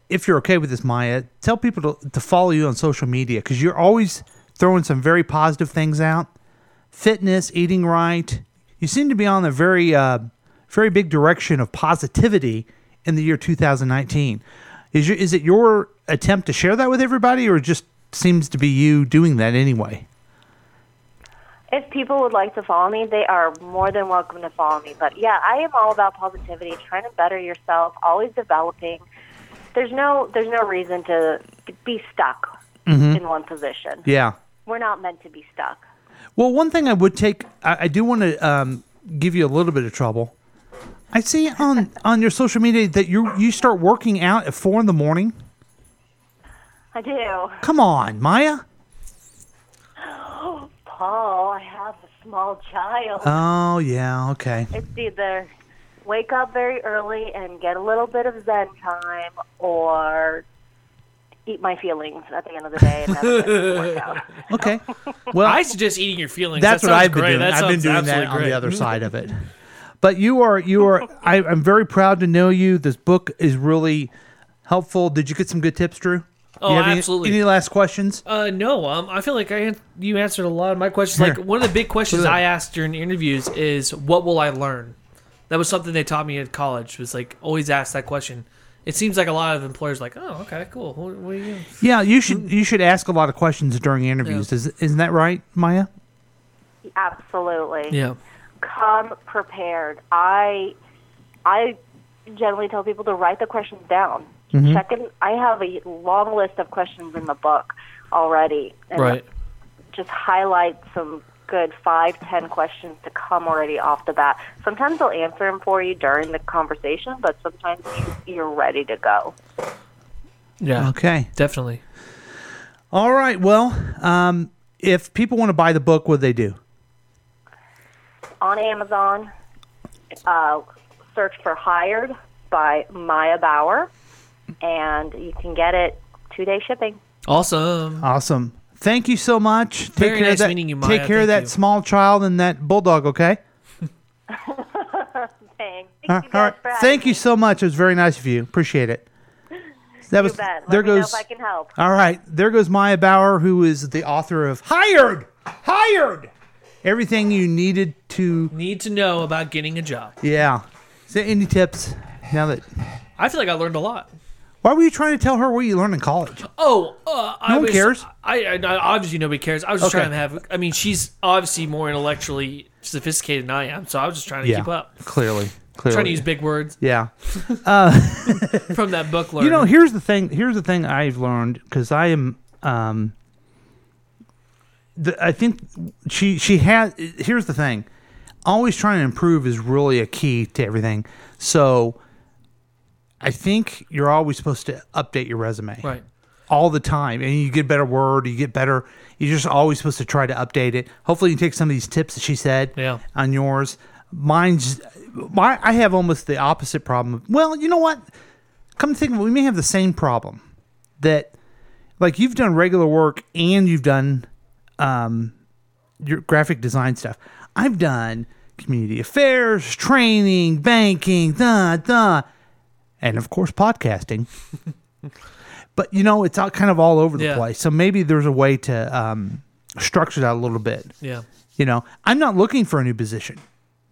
D: if you're okay with this, Maya, tell people to, to follow you on social media because you're always throwing some very positive things out fitness, eating right. You seem to be on a very, uh, very big direction of positivity in the year 2019. Is, your, is it your attempt to share that with everybody, or it just seems to be you doing that anyway?
M: If people would like to follow me, they are more than welcome to follow me. But yeah, I am all about positivity, trying to better yourself, always developing. There's no there's no reason to be stuck
D: Mhm.
M: in one position.
D: Yeah.
M: We're not meant to be stuck.
D: Well, one thing I would take, I, I do want to um, give you a little bit of trouble. I see on on your social media that you you start working out at four in the morning.
M: I do.
D: Come on, Maya.
M: Paul, I have a small child.
D: Oh yeah, okay.
M: It's either wake up very early and get a little bit of Zen time, or eat my feelings at the end of the day. And that's it.
D: Okay. Well,
E: I suggest eating your feelings.
D: That's
E: That
D: what
E: sounds
D: I've been
E: great.
D: doing.
E: That
D: I've been
E: sounds
D: doing that
E: absolutely
D: on
E: great.
D: the other side of it. But you are you are. I, I'm very proud to know you. This book is really helpful. Did you get some good tips, Drew?
E: Oh,
D: You have any-
E: absolutely.
D: Any last questions?
E: Uh, no, um, I feel like I an- you answered a lot of my questions.
D: Here.
E: Like one of the big questions
D: Put it up.
E: I asked during interviews is, "What will I learn?" That was something they taught me at college. Was like always ask that question. It seems like a lot of employers are like, "Oh, okay, cool. What, what are you?" Doing?
D: Yeah, you
E: mm.
D: should you should ask a lot of questions during interviews. Is isn't that right, Maya?
M: Absolutely. Come prepared. I I generally tell people to write the questions down.
N: Mhm.
M: Check in. I have a long list of questions in the book already. And
N: Right.
M: Just highlight some good five, ten questions to come already off the bat. Sometimes they'll answer them for you during the conversation, but sometimes you, you're ready to go.
E: Yeah.
D: Okay.
E: Definitely.
D: All right. Well, um, if people want to buy the book, what do they do?
M: on Amazon. Uh, search for Hired by Maya Bauer, and you can get it two day shipping.
E: Awesome.
D: Awesome. Thank you so much. Take
E: Very
D: care of
E: nice
D: that,
E: meeting you,
D: Take
E: Maya.
D: care of
E: Thank
D: that
E: you.
D: small child and that bulldog. Okay.
M: Thanks.
D: All right. Thank you so much. It was very nice of you. Appreciate it.
M: You
D: That was
M: bet. Let
D: there
M: me know if
D: goes.
M: I can help.
D: All right, there goes Maya Bauer, who is the author of Hired, Hired, everything you needed to
E: need to know about getting a job.
D: Yeah. Is there any tips now that?
E: I feel like I learned a lot.
D: Why were you trying to tell her what you learned in college?
E: Oh, uh, I
D: No one
E: was,
D: cares.
E: I, I, I- obviously nobody cares. I was just
D: Okay.
E: trying to have. I mean, she's obviously more intellectually sophisticated than I am, so I was just trying to
D: yeah.
E: keep up.
D: Clearly, clearly.
E: Trying to use big words
D: Yeah. Uh,
E: from that book. Learning.
D: you know, here's the thing. Here's the thing I've learned because I am. Um, the, I think she she has. Here's the thing. Always trying to improve is really a key to everything. So, I think you're always supposed to update your resume.
E: Right.
D: all the time and you get better word you get better you're just always supposed to try to update it hopefully you take some of these tips that she said
E: Yeah.
D: on yours mine's my i have almost the opposite problem well you know what come to think of it we may have the same problem that like you've done regular work and you've done um your graphic design stuff i've done community affairs training banking da da and of course podcasting but you know it's all kind of all over the
E: Yeah.
D: place so maybe there's a way to um, structure that a little bit
E: Yeah.
D: you know i'm not looking for a new position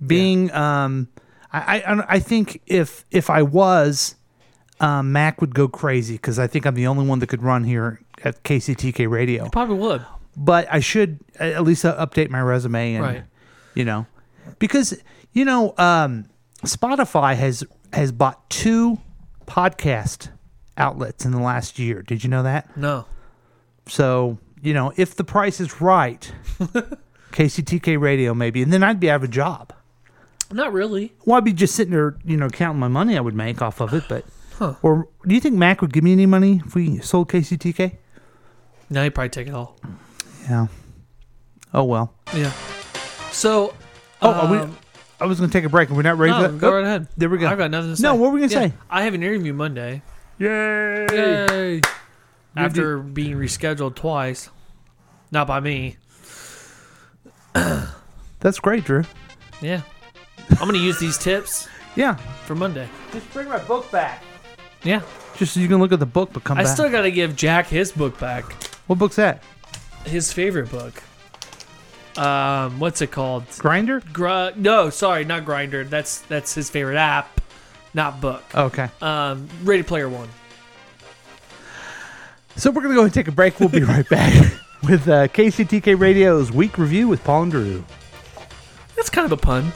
D: being um I, I i think if if i was um mac would go crazy because i think i'm the only one that could run here at kctk radio
E: probably would
D: but i should a- at least uh, update my resume and
E: Right.
D: you know because you know um spotify has has bought two podcast outlets in the last year did you know that
E: no
D: so, you know, if the price is right, KCTK radio maybe, and then I'd be out of a job.
E: Not really.
D: Well, I'd be just sitting there, you know, counting my money I would make off of it, but
E: Huh.
D: or do you think Mac would give me any money if we sold KCTK?
E: Now you probably take it all.
D: Yeah. Oh well.
E: Yeah. So.
D: Oh, are we-
E: um,
D: I was going to take a break, and we're not ready
E: no,
D: for that.
E: go
D: Oh,
E: right ahead.
D: There we go.
E: I've got nothing to say.
D: No, what were we going to
E: Yeah,
D: say?
E: I have an interview Monday.
D: Oh, Yay!
E: Yay!
D: We
E: After being rescheduled twice, not by me.
D: That's great, Drew.
E: Yeah. I'm gonna use these tips.
D: Yeah.
E: For Monday.
D: Just bring my book back.
E: Yeah.
D: Just so you can look at the book, but come
E: I
D: back.
E: still gotta give Jack his book back.
D: what book's that?
E: His favorite book. Um, what's it called?
D: Grinder.
E: Gr- no, sorry, not Grinder. That's that's his favorite app, not book.
D: Okay.
E: Um, Ready Player One.
D: So we're going to go ahead and take a break. We'll be right back with uh, KCTK Radio's week review with Paul and Drew.
E: That's kind of a pun.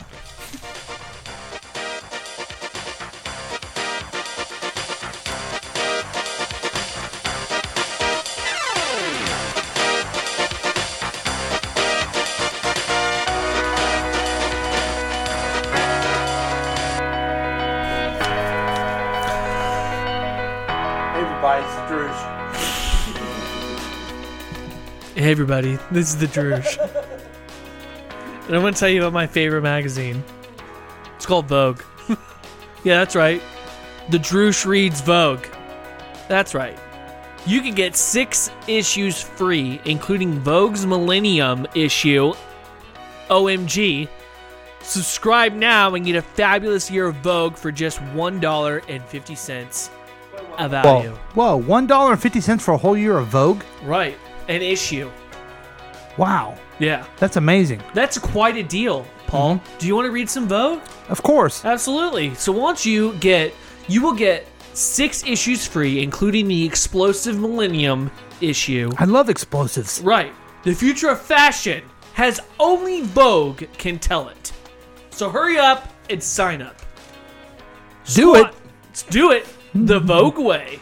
D: Hey everybody, it's Drew.
E: Hey everybody, this is the Druge. and I'm gonna tell you about my favorite magazine. It's called Vogue. yeah, that's right. The Druge reads Vogue. That's right. You can get six issues free, including Vogue's Millennium issue, OMG, Subscribe now and get a fabulous year of Vogue for just $1.50 a value.
D: Whoa, whoa, one dollar and fifty cents for a whole year of Vogue.
E: Right. An issue.
D: Wow,
E: Yeah.
D: that's amazing.
E: That's quite a deal, Paul. Do you want to read some Vogue?
D: Of course.
E: Absolutely. So once you get, you will get six issues free, including the Explosive Millennium issue.
D: I love explosives.
E: Right. The future of fashion has only Vogue can tell it. So hurry up and sign up.
D: Do it.
E: Let's do it the Vogue way.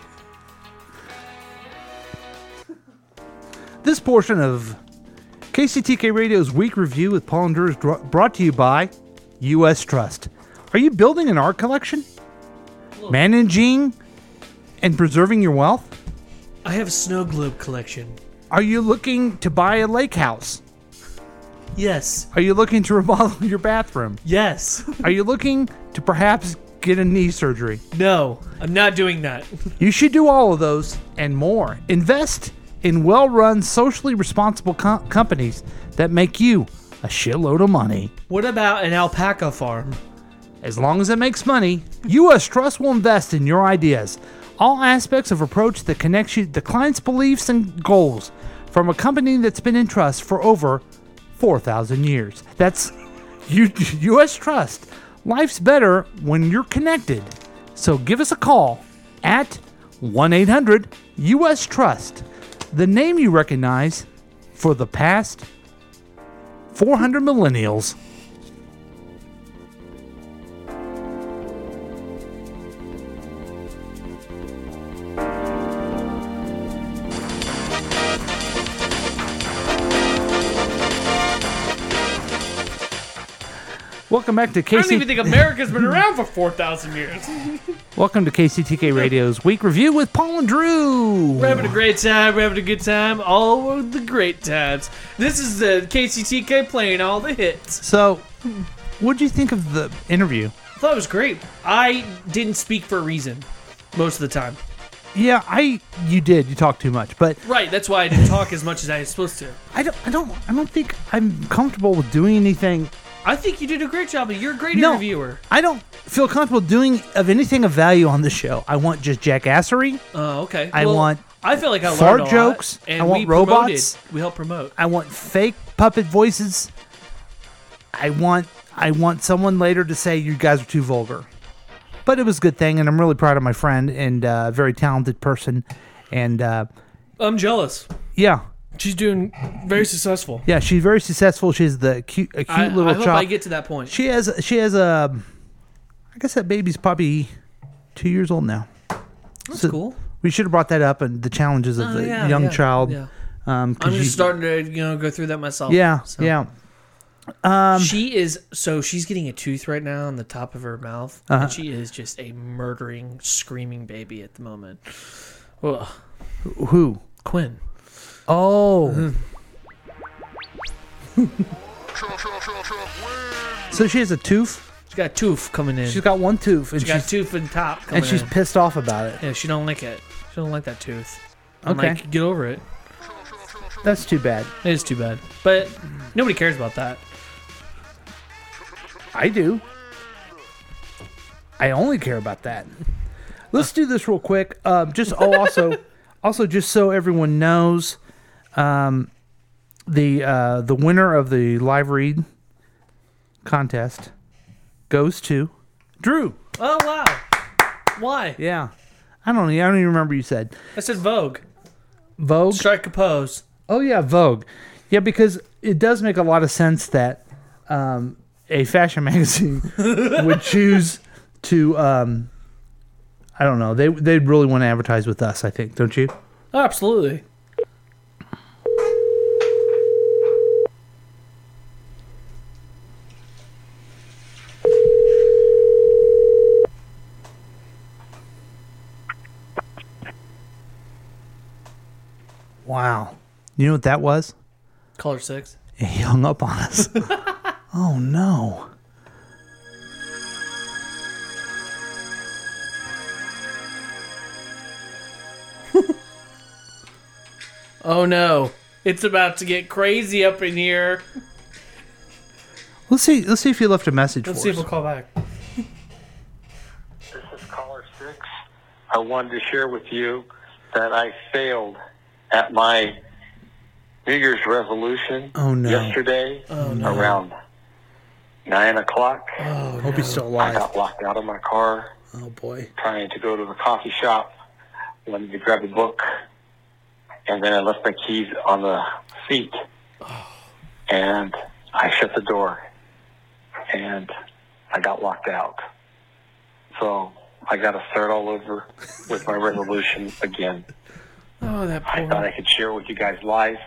D: This portion of KCTK Radio's week review with Paul and Drew is dr- brought to you by U.S. Trust. Are you building an art collection? Managing and preserving your wealth?
E: I have a snow globe collection.
D: Are you looking to buy a lake house?
E: Yes.
D: Are you looking to remodel your bathroom?
E: Yes.
D: Are you looking to perhaps get a knee surgery?
E: No, I'm not doing that.
D: You should do all of those and more. Invest in well run, socially responsible co- companies that make you a shitload of money.
E: What about an alpaca farm?
D: As long as it makes money, U.S. Trust will invest in your ideas. All aspects of approach that connects you the client's beliefs and goals from a company that's been in trust for over 4,000 years. That's U- U.S. Trust. Life's better when you're connected. So give us a call at 1 800 U.S. Trust, the name you recognize for the past 400 millennials. Welcome back to KC.
E: I don't even think America's been around for 4,000 years.
D: Welcome to KCTK Radio's Week Review with Paul and Drew.
E: We're having a great time. We're having a good time. All of the great times. This is the KCTK playing all the hits.
D: So, what do you think of the interview?
E: I thought it was great. I didn't speak for a reason most of the time.
D: Yeah, I you did. You talked too much, but
E: Right, that's why I didn't talk as much as I was supposed to.
D: I don't. I don't. I don't think I'm comfortable with doing anything.
E: I think you did a great job. but You're a great
D: No.
E: interviewer.
D: I don't feel comfortable doing of anything of value on the show. I want just jackassery.
E: Oh, okay.
D: I
E: Well,
D: want
E: I feel like I learned
D: fart
E: a lot,
D: jokes.
E: and
D: I want
E: we promoted.
D: robots.
E: We help promote.
D: I want fake puppet voices. I want. I want someone later to say you guys are too vulgar. But it was a good thing, and I'm really proud of my friend and uh, very talented person. And uh,
E: I'm jealous.
D: yeah,
E: She's doing very successful.
D: Yeah, she's very successful. She's the cute, a cute
E: I,
D: little
E: I hope
D: child.
E: I get to that point.
D: she has, she has a. I guess that baby's probably two years old now.
E: That's
D: So
E: cool.
D: We should have brought that up and the challenges of
E: Oh,
D: the
E: yeah,
D: young
E: yeah,
D: child.
E: yeah.
D: Um, 'cause
E: I'm just
D: you-
E: starting to you know go through that myself.
D: Yeah,
E: so.
D: yeah. Um,
E: she is so she's getting a tooth right now on the top of her mouth,
D: Uh-huh.
E: and she is just a murdering, screaming baby at the moment. Ugh.
D: who?
E: Quinn.
D: Oh. so she has a tooth.
E: She's got a tooth coming in.
D: She's got one tooth, and
E: She got a
D: she's,
E: tooth in top coming
D: and she's
E: in.
D: pissed off about it.
E: yeah, she don't like it. She don't like that tooth. I'm
D: Okay.
E: like, get over it.
D: That's too bad.
E: It is too bad, but nobody cares about that.
D: I do. I only care about that. Let's do this real quick. Um, just oh, also, also, just so everyone knows, um, the uh, the winner of the live read contest goes to Drew.
E: Oh wow, why?
D: Yeah, I don't. I don't even remember you said
E: I said Vogue.
D: Vogue.
E: Strike a pose.
D: Oh yeah, Vogue. Yeah, because it does make a lot of sense that um, a fashion magazine would choose to. Um, I don't know. They they really want to advertise with us. I think, don't you?
E: Oh, absolutely.
D: Wow. You know what that was?
E: Caller six.
D: He hung up on us. oh no.
E: Oh no, it's about to get crazy up in here.
D: Let's see. Let's see if you left a message
E: Let's
D: for
E: see if
D: us.
E: we'll call back.
N: This is caller six. I wanted to share with you that I failed at my New Year's resolution
D: Oh, no. Oh,
N: yesterday
D: no.
N: around nine o'clock.
D: Oh, hope he's still
N: I
D: alive.
N: got locked out of my car
D: Oh boy.
N: trying to go to the coffee shop. Wanted to grab a book, and then I left my keys on the seat, and I shut the door, and I got locked out. So I got to start all over with my resolution again.
E: Oh, that
N: I thought I could share with you guys live,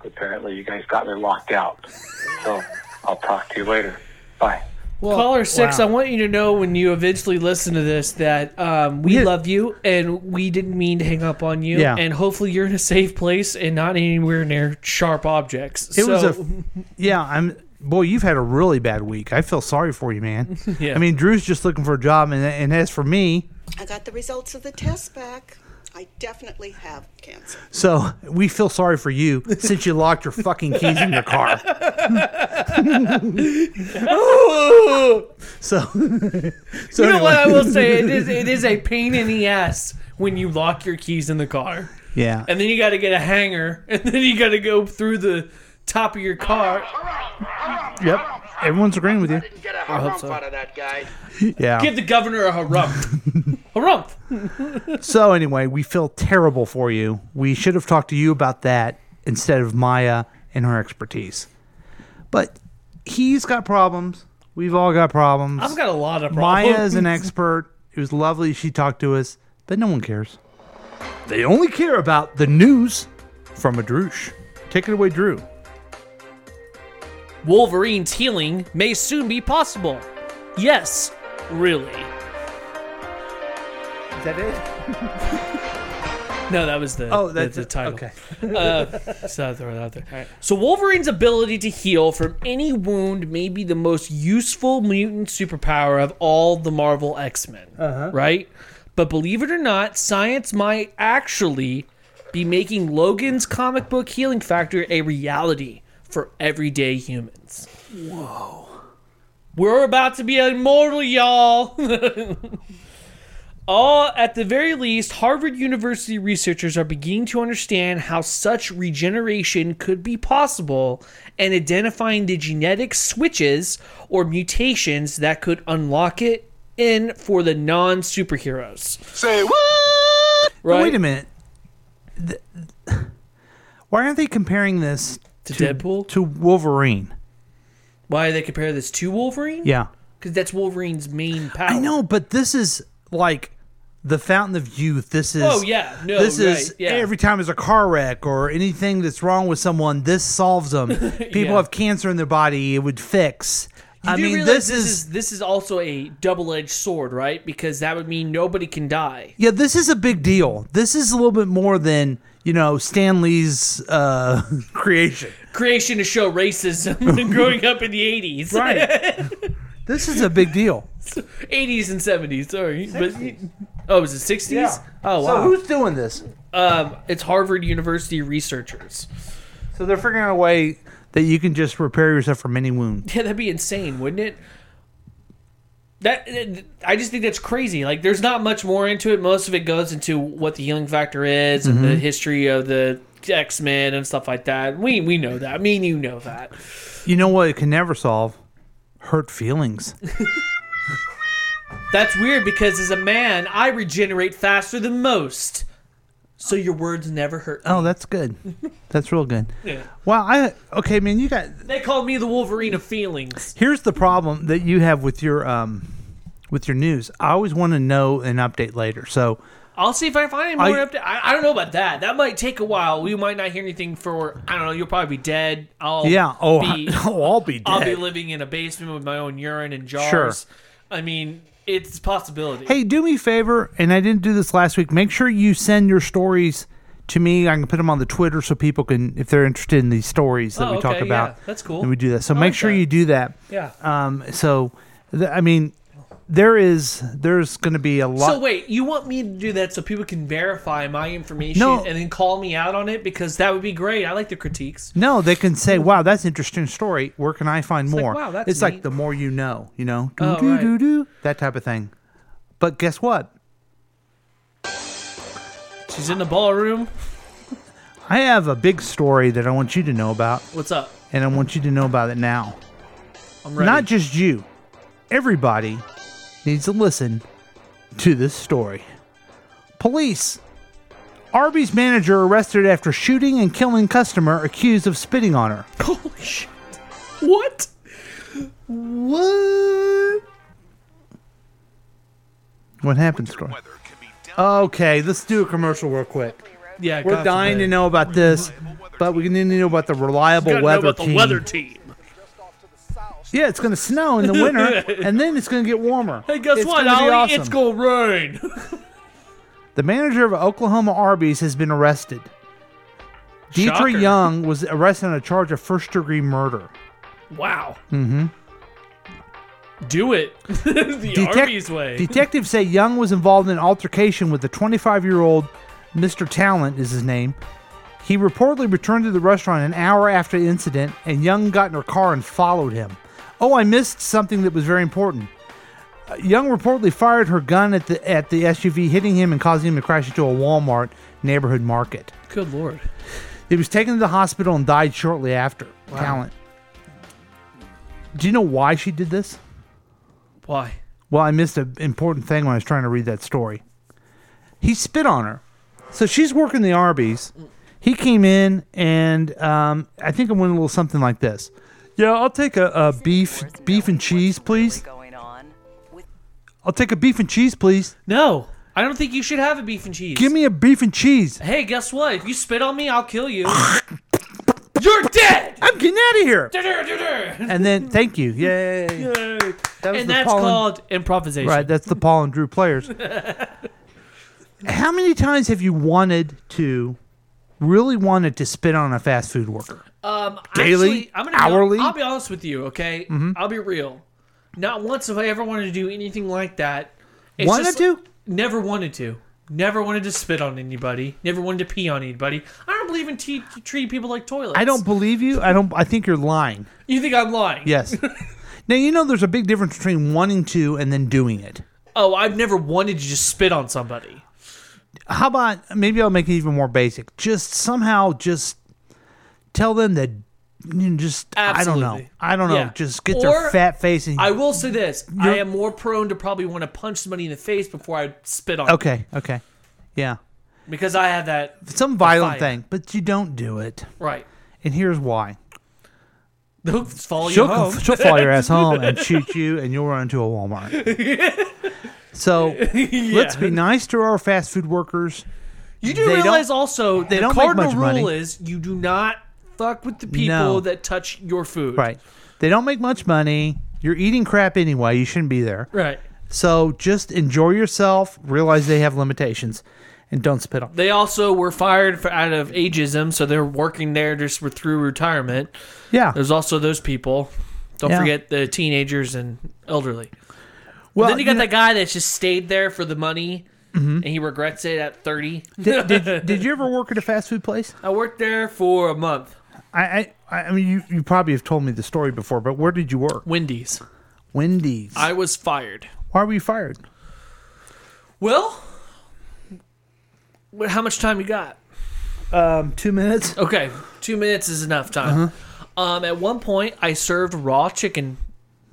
N: but apparently you guys got me locked out. So I'll talk to you later. Bye.
E: Caller six,
N: wow.
E: I want you to know when you eventually listen to this that um, we love you and we didn't mean to hang up on you.
D: Yeah.
E: And hopefully you're in a safe place and not anywhere near sharp objects.
D: It
E: so,
D: was a. Yeah, I'm. Boy, you've had a really bad week. I feel sorry for you, man.
E: Yeah.
D: I mean, Drew's just looking for a job, and, and as for me,
I: I got the results of the test back. I definitely have cancer.
D: so we feel sorry for you since you locked your fucking keys in your car. So, so
E: you know
D: anyway.
E: what I will say? It is, it is a pain in the ass when you lock your keys in the car.
D: Yeah.
E: And then you got to get a hanger and then you got to go through the top of your car.
D: Yep. Everyone's agreeing with you.
E: I hope so.
D: Yeah.
E: Give the governor a harumph. harumph.
D: so anyway, we feel terrible for you. We should have talked to you about that instead of Maya and her expertise. But he's got problems. We've all got problems.
E: I've got a lot of problems.
D: Maya is an expert. It was lovely she talked to us, but no one cares. They only care about the news from a Droosh. Take it away, Drew.
E: Wolverine's healing may soon be possible. Yes, really.
D: Is that it?
E: No, that was the
D: Oh,
E: the-
D: that's
E: the,
D: it.
E: title.
D: Okay.
E: uh, so I throw it out there. So Wolverine's ability to heal from any wound may be the most useful mutant superpower of all the Marvel X Men.
D: Uh-huh.
E: Right? But believe it or not, science might actually be making Logan's comic book healing factor a reality for everyday humans.
D: Whoa.
E: We're about to be immortal, y'all. All at the very least, Harvard University researchers are beginning to understand how such regeneration could be possible and identifying the genetic switches or mutations that could unlock it in for the non superheroes.
D: Say what? Wait a minute. Th- Why aren't they comparing this to,
E: Deadpool?
D: To Wolverine.
E: Why they compare this to Wolverine?
D: Yeah.
E: Because that's Wolverine's main power.
D: I know, but this is like the fountain of youth. This is
E: Oh, yeah. No,
D: this is
E: right, yeah.
D: every time there's a car wreck or anything that's wrong with someone, this solves them. People
E: Yeah.
D: have cancer in their body, it would fix.
E: You
D: I
E: do
D: mean,
E: realize
D: this, is,
E: this is also a double edged sword, right? Because that would mean nobody can die.
D: yeah, this is a big deal. This is a little bit more than you know Stanley's uh, creation.
E: Creation to show racism growing up in the 80s.
D: Right. This is a big deal.
E: 80s and 70s, sorry. But oh, was it 60s?
D: Yeah.
E: Oh,
D: So
E: wow.
D: who's doing this?
E: um it's Harvard University researchers.
D: So they're figuring out a way that you can just repair yourself from any wound.
E: Yeah, that'd be insane, wouldn't it? That I just think that's crazy. Like, there's not much more into it. Most of it goes into what the healing factor is and the
D: Mhm.
E: history of the X Men and stuff like that. We we know that. I mean, you know that.
D: You know what it can never solve? Hurt feelings.
E: That's weird because as a man, I regenerate faster than most. So your words never hurt.
D: Oh, that's good. That's real good.
E: Yeah.
D: Wow. I okay, man. You got.
E: They call me the Wolverine of feelings.
D: Here's the problem that you have with your um, with your news. I always want to know an update later. So
E: I'll see if I find any more
D: I-
E: update. I, I don't know about that. That might take a while. We might not hear anything for I don't know. You'll probably be dead. I'll
D: yeah. Oh,
E: be,
D: I, oh, I'll be dead.
E: I'll be living in a basement with my own urine and jars.
D: Sure.
E: I mean, it's a possibility.
D: hey, do me a favor, and I didn't do this last week. Make sure you send your stories to me. I can put them on the Twitter so people can, if they're interested in these stories that
E: Oh,
D: we talk
E: okay,
D: about,
E: yeah, that's cool.
D: And we do that. So
E: I
D: make
E: like
D: sure
E: that.
D: you do that.
E: Yeah.
D: Um. So, th- I mean, there is there's going to be a lot.
E: So wait, you want me to do that so people can verify my information
D: No.
E: and then call me out on it because that would be great. I like the critiques.
D: No, they can say, "Wow, that's an interesting story. Where can I find
E: like,
D: more?"
E: wow, that's
D: it's
E: neat.
D: like the more you know, you know, do
E: Oh,
D: do
E: right.
D: do do that type of thing. But guess what?
E: She's in the ballroom.
D: I have a big story that I want you to know about,
E: What's up?
D: and I want you to know about it now.
E: I'm ready.
D: Not just you. Everybody needs to listen to this story. Police. Arby's manager arrested after shooting and killing customer accused of spitting on her.
E: Holy shit. What? What?
D: What happened, Score? Okay, let's do a commercial real quick.
E: Yeah,
D: We're dying to know about this, but we need to know about the reliable
O: Gotta know
D: weather
O: about the
D: team.
O: weather team.
D: Yeah, it's going to snow in the winter, and then it's going to get warmer.
E: Hey, guess
D: It's
E: what,
D: gonna be
E: Ollie?
D: awesome.
E: It's gonna rain.
D: The manager of Oklahoma Arby's has been arrested. Dietra
E: Shocker.
D: Young was arrested on a charge of first degree murder.
E: Wow.
D: Mm-hmm.
E: Do it. the Arby's way.
D: Detectives say Young was involved in an altercation with the 25 year old Mr. Talent, is his name. He reportedly returned to the restaurant an hour after the incident, and Young got in her car and followed him. Oh, I missed something that was very important. Uh, Young reportedly fired her gun at the at the SUV, hitting him and causing him to crash into a Walmart neighborhood market.
E: Good lord.
D: He was taken to the hospital and died shortly after.
E: Wow.
D: Talent. Do you know why she did this?
E: Why?
D: Well, I missed an important thing when I was trying to read that story. He spit on her. So she's working the Arby's. He came in and um, I think I went a little something like this. Yeah, I'll take a, a beef beef and cheese, please. I'll take a beef and cheese, please.
E: No. I don't think you should have a beef and cheese.
D: Give me a beef and cheese.
E: Hey, guess what? If you spit on me, I'll kill you. You're dead.
D: I'm getting out of here.
E: Durr-durr-durr-durr.
D: And then thank you. Yay.
E: Yay.
D: was
E: and
D: the
E: that's
D: pollen-
E: called improvisation.
D: Right, that's the Paul and Drew players. How many times have you wanted to, really wanted to spit on a fast food worker?
E: Um,
D: Daily?
E: actually, I'm gonna
D: Hourly?
E: Be, I'll be honest with you, okay?
D: Mhm.
E: I'll be real. Not once have I ever wanted to do anything like that. It's
D: Wanted
E: just-
D: to?
E: Never wanted to. Never wanted to spit on anybody. Never wanted to pee on anybody. I don't believe in te- treating people like toilets.
D: I don't believe you. I don't. I think you're lying.
E: You think I'm lying?
D: Yes. now you know there's a big difference between wanting to and then doing it.
E: Oh, I've never wanted to just spit on somebody.
D: How about maybe I'll make it even more basic. Just somehow just tell them that. You know, just I don't know.
E: Absolutely.
D: I don't know.
E: Yeah.
D: Just get
E: Or-
D: their fat face and
E: I will say this: I
D: You're-
E: am more prone to probably want to punch somebody in the face before I spit on. them.
D: okay, okay, yeah,
E: Because I have that
D: some violent
E: fire.
D: thing, but you don't do it.
E: Right.
D: And here's why.
E: They'll follow
D: she'll,
E: you home.
D: she'll follow your ass home and shoot you, and you'll run into a Walmart. So let's be nice to our fast food workers.
E: You do
D: They don't-
E: realize also
D: they
E: the
D: don't make
E: cardinal
D: much
E: rule
D: money.
E: is you do not fuck with the people
D: No.
E: that touch your food.
D: Right. They don't make much money. You're eating crap anyway. You shouldn't be there.
E: Right.
D: So just enjoy yourself, realize they have limitations, and don't spit on.
E: They also were fired for, out of ageism, so they're working there just for, through retirement.
D: Yeah.
E: There's also those people. Don't
D: Yeah.
E: forget the teenagers and elderly.
D: Well,
E: Well, then you got
D: you know-
E: that guy that just stayed there for the money,
D: Mhm.
E: and he regrets it at thirty.
D: Did, did, did you ever work at a fast food place?
E: I worked there for a month.
D: I, I, I mean, you, you probably have told me the story before, but where did you work?
E: Wendy's.
D: Wendy's.
E: I was fired.
D: Why were you fired?
E: Well, wh- how much time you got?
D: Um, two minutes.
E: Okay, two minutes is enough time.
D: Uh-huh.
E: Um, at one point, I served raw chicken,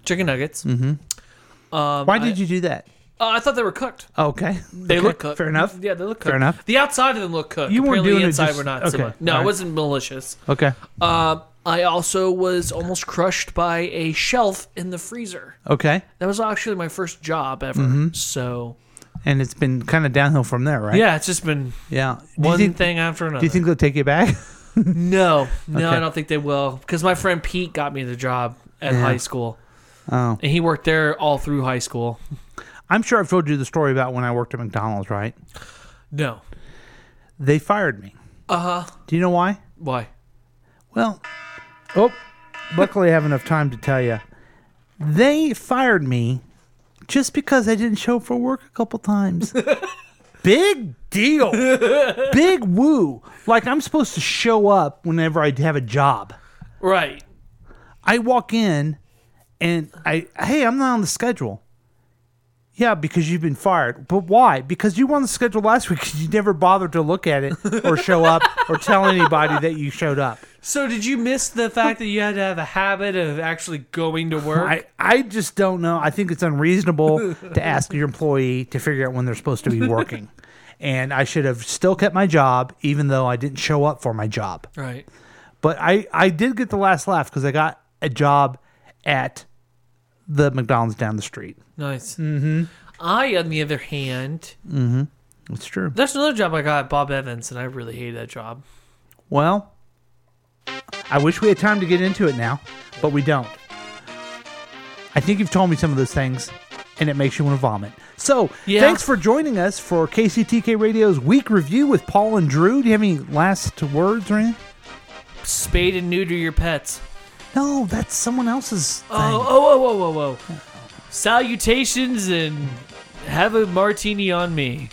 E: chicken nuggets.
D: Mm-hmm.
E: Um,
D: Why did
E: I-
D: you do that?
E: Uh, I thought they were cooked.
D: Oh, Okay.
E: They
D: Okay.
E: look cooked.
D: Fair enough.
E: Yeah, they look cooked.
D: Fair enough.
E: The outside of them look cooked.
D: You weren't
E: Apparently,
D: doing it
E: the inside
D: just-
E: were not so
D: okay,
E: much. No,
D: alright.
E: it wasn't malicious.
D: Okay.
E: Um, I also was almost crushed by a shelf in the freezer.
D: Okay.
E: That was actually my first job ever.
D: Mhm.
E: So
D: And it's been kind of downhill from there, right?
E: yeah, it's just been
D: Yeah. Do you
E: one
D: think-
E: thing after another.
D: Do you think they'll take you back?
E: No, no,
D: Okay.
E: I don't think they will. Because my friend Pete got me the job at
D: Yeah.
E: high school.
D: Oh.
E: And he worked there all through high school.
D: I'm sure I've told you the story about when I worked at McDonald's, right?
E: No.
D: They fired me.
E: Uh huh.
D: Do you know why?
E: Why?
D: Well, oh, luckily I have enough time to tell you. They fired me just because I didn't show up for work a couple times. Big deal. Big woo. Like I'm supposed to show up whenever I have a job.
E: Right.
D: I walk in and I hey, I'm not on the schedule. Yeah, because you've been fired. But why? Because you were on the schedule last week 'cause you never bothered to look at it or show up or tell anybody that you showed up.
E: So did you miss the fact that you had to have a habit of actually going to work?
D: I, I just don't know. I think it's unreasonable to ask your employee to figure out when they're supposed to be working. and I should have still kept my job, even though I didn't show up for my job.
E: right.
D: But I, I did get the last laugh because I got a job at the McDonald's down the street.
E: Nice. Mm-hmm. I, on the other hand,
D: Mm-hmm. It's true.
E: that's another job I got at Bob Evans, and I really hated that job.
D: Well, I wish we had time to get into it now, but we don't. I think you've told me some of those things, and it makes you want to vomit. So,
E: Yeah.
D: thanks for joining us for KCTK Radio's week review with Paul and Drew. Do you have any last words or anything?
E: Spade and neuter your pets.
D: No, that's someone else's thing.
E: Oh, oh, oh, oh, oh, oh. Salutations and have a martini on me.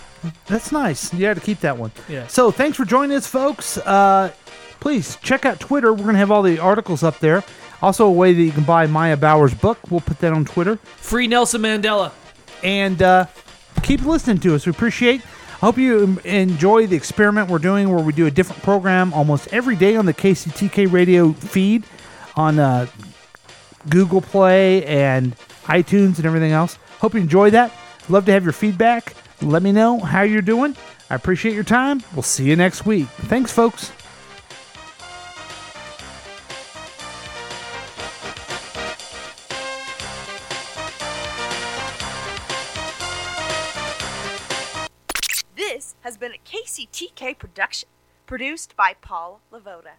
D: That's nice. You had to keep that one.
E: Yeah.
D: So thanks for joining us, folks. Uh, please check out Twitter. We're gonna have all the articles up there. Also, a way that you can buy Maya Bauer's book. We'll put that on Twitter.
E: Free Nelson Mandela.
D: And uh, keep listening to us. We appreciate. I hope you em- enjoy the experiment we're doing, where we do a different program almost every day on the KCTK radio feed, on uh, Google Play and iTunes and everything else. Hope you enjoy that. Love to have your feedback. Let me know how you're doing. I appreciate your time. We'll see you next week. Thanks, folks.
C: This has been a KCTK production, produced by Paul Lavoda.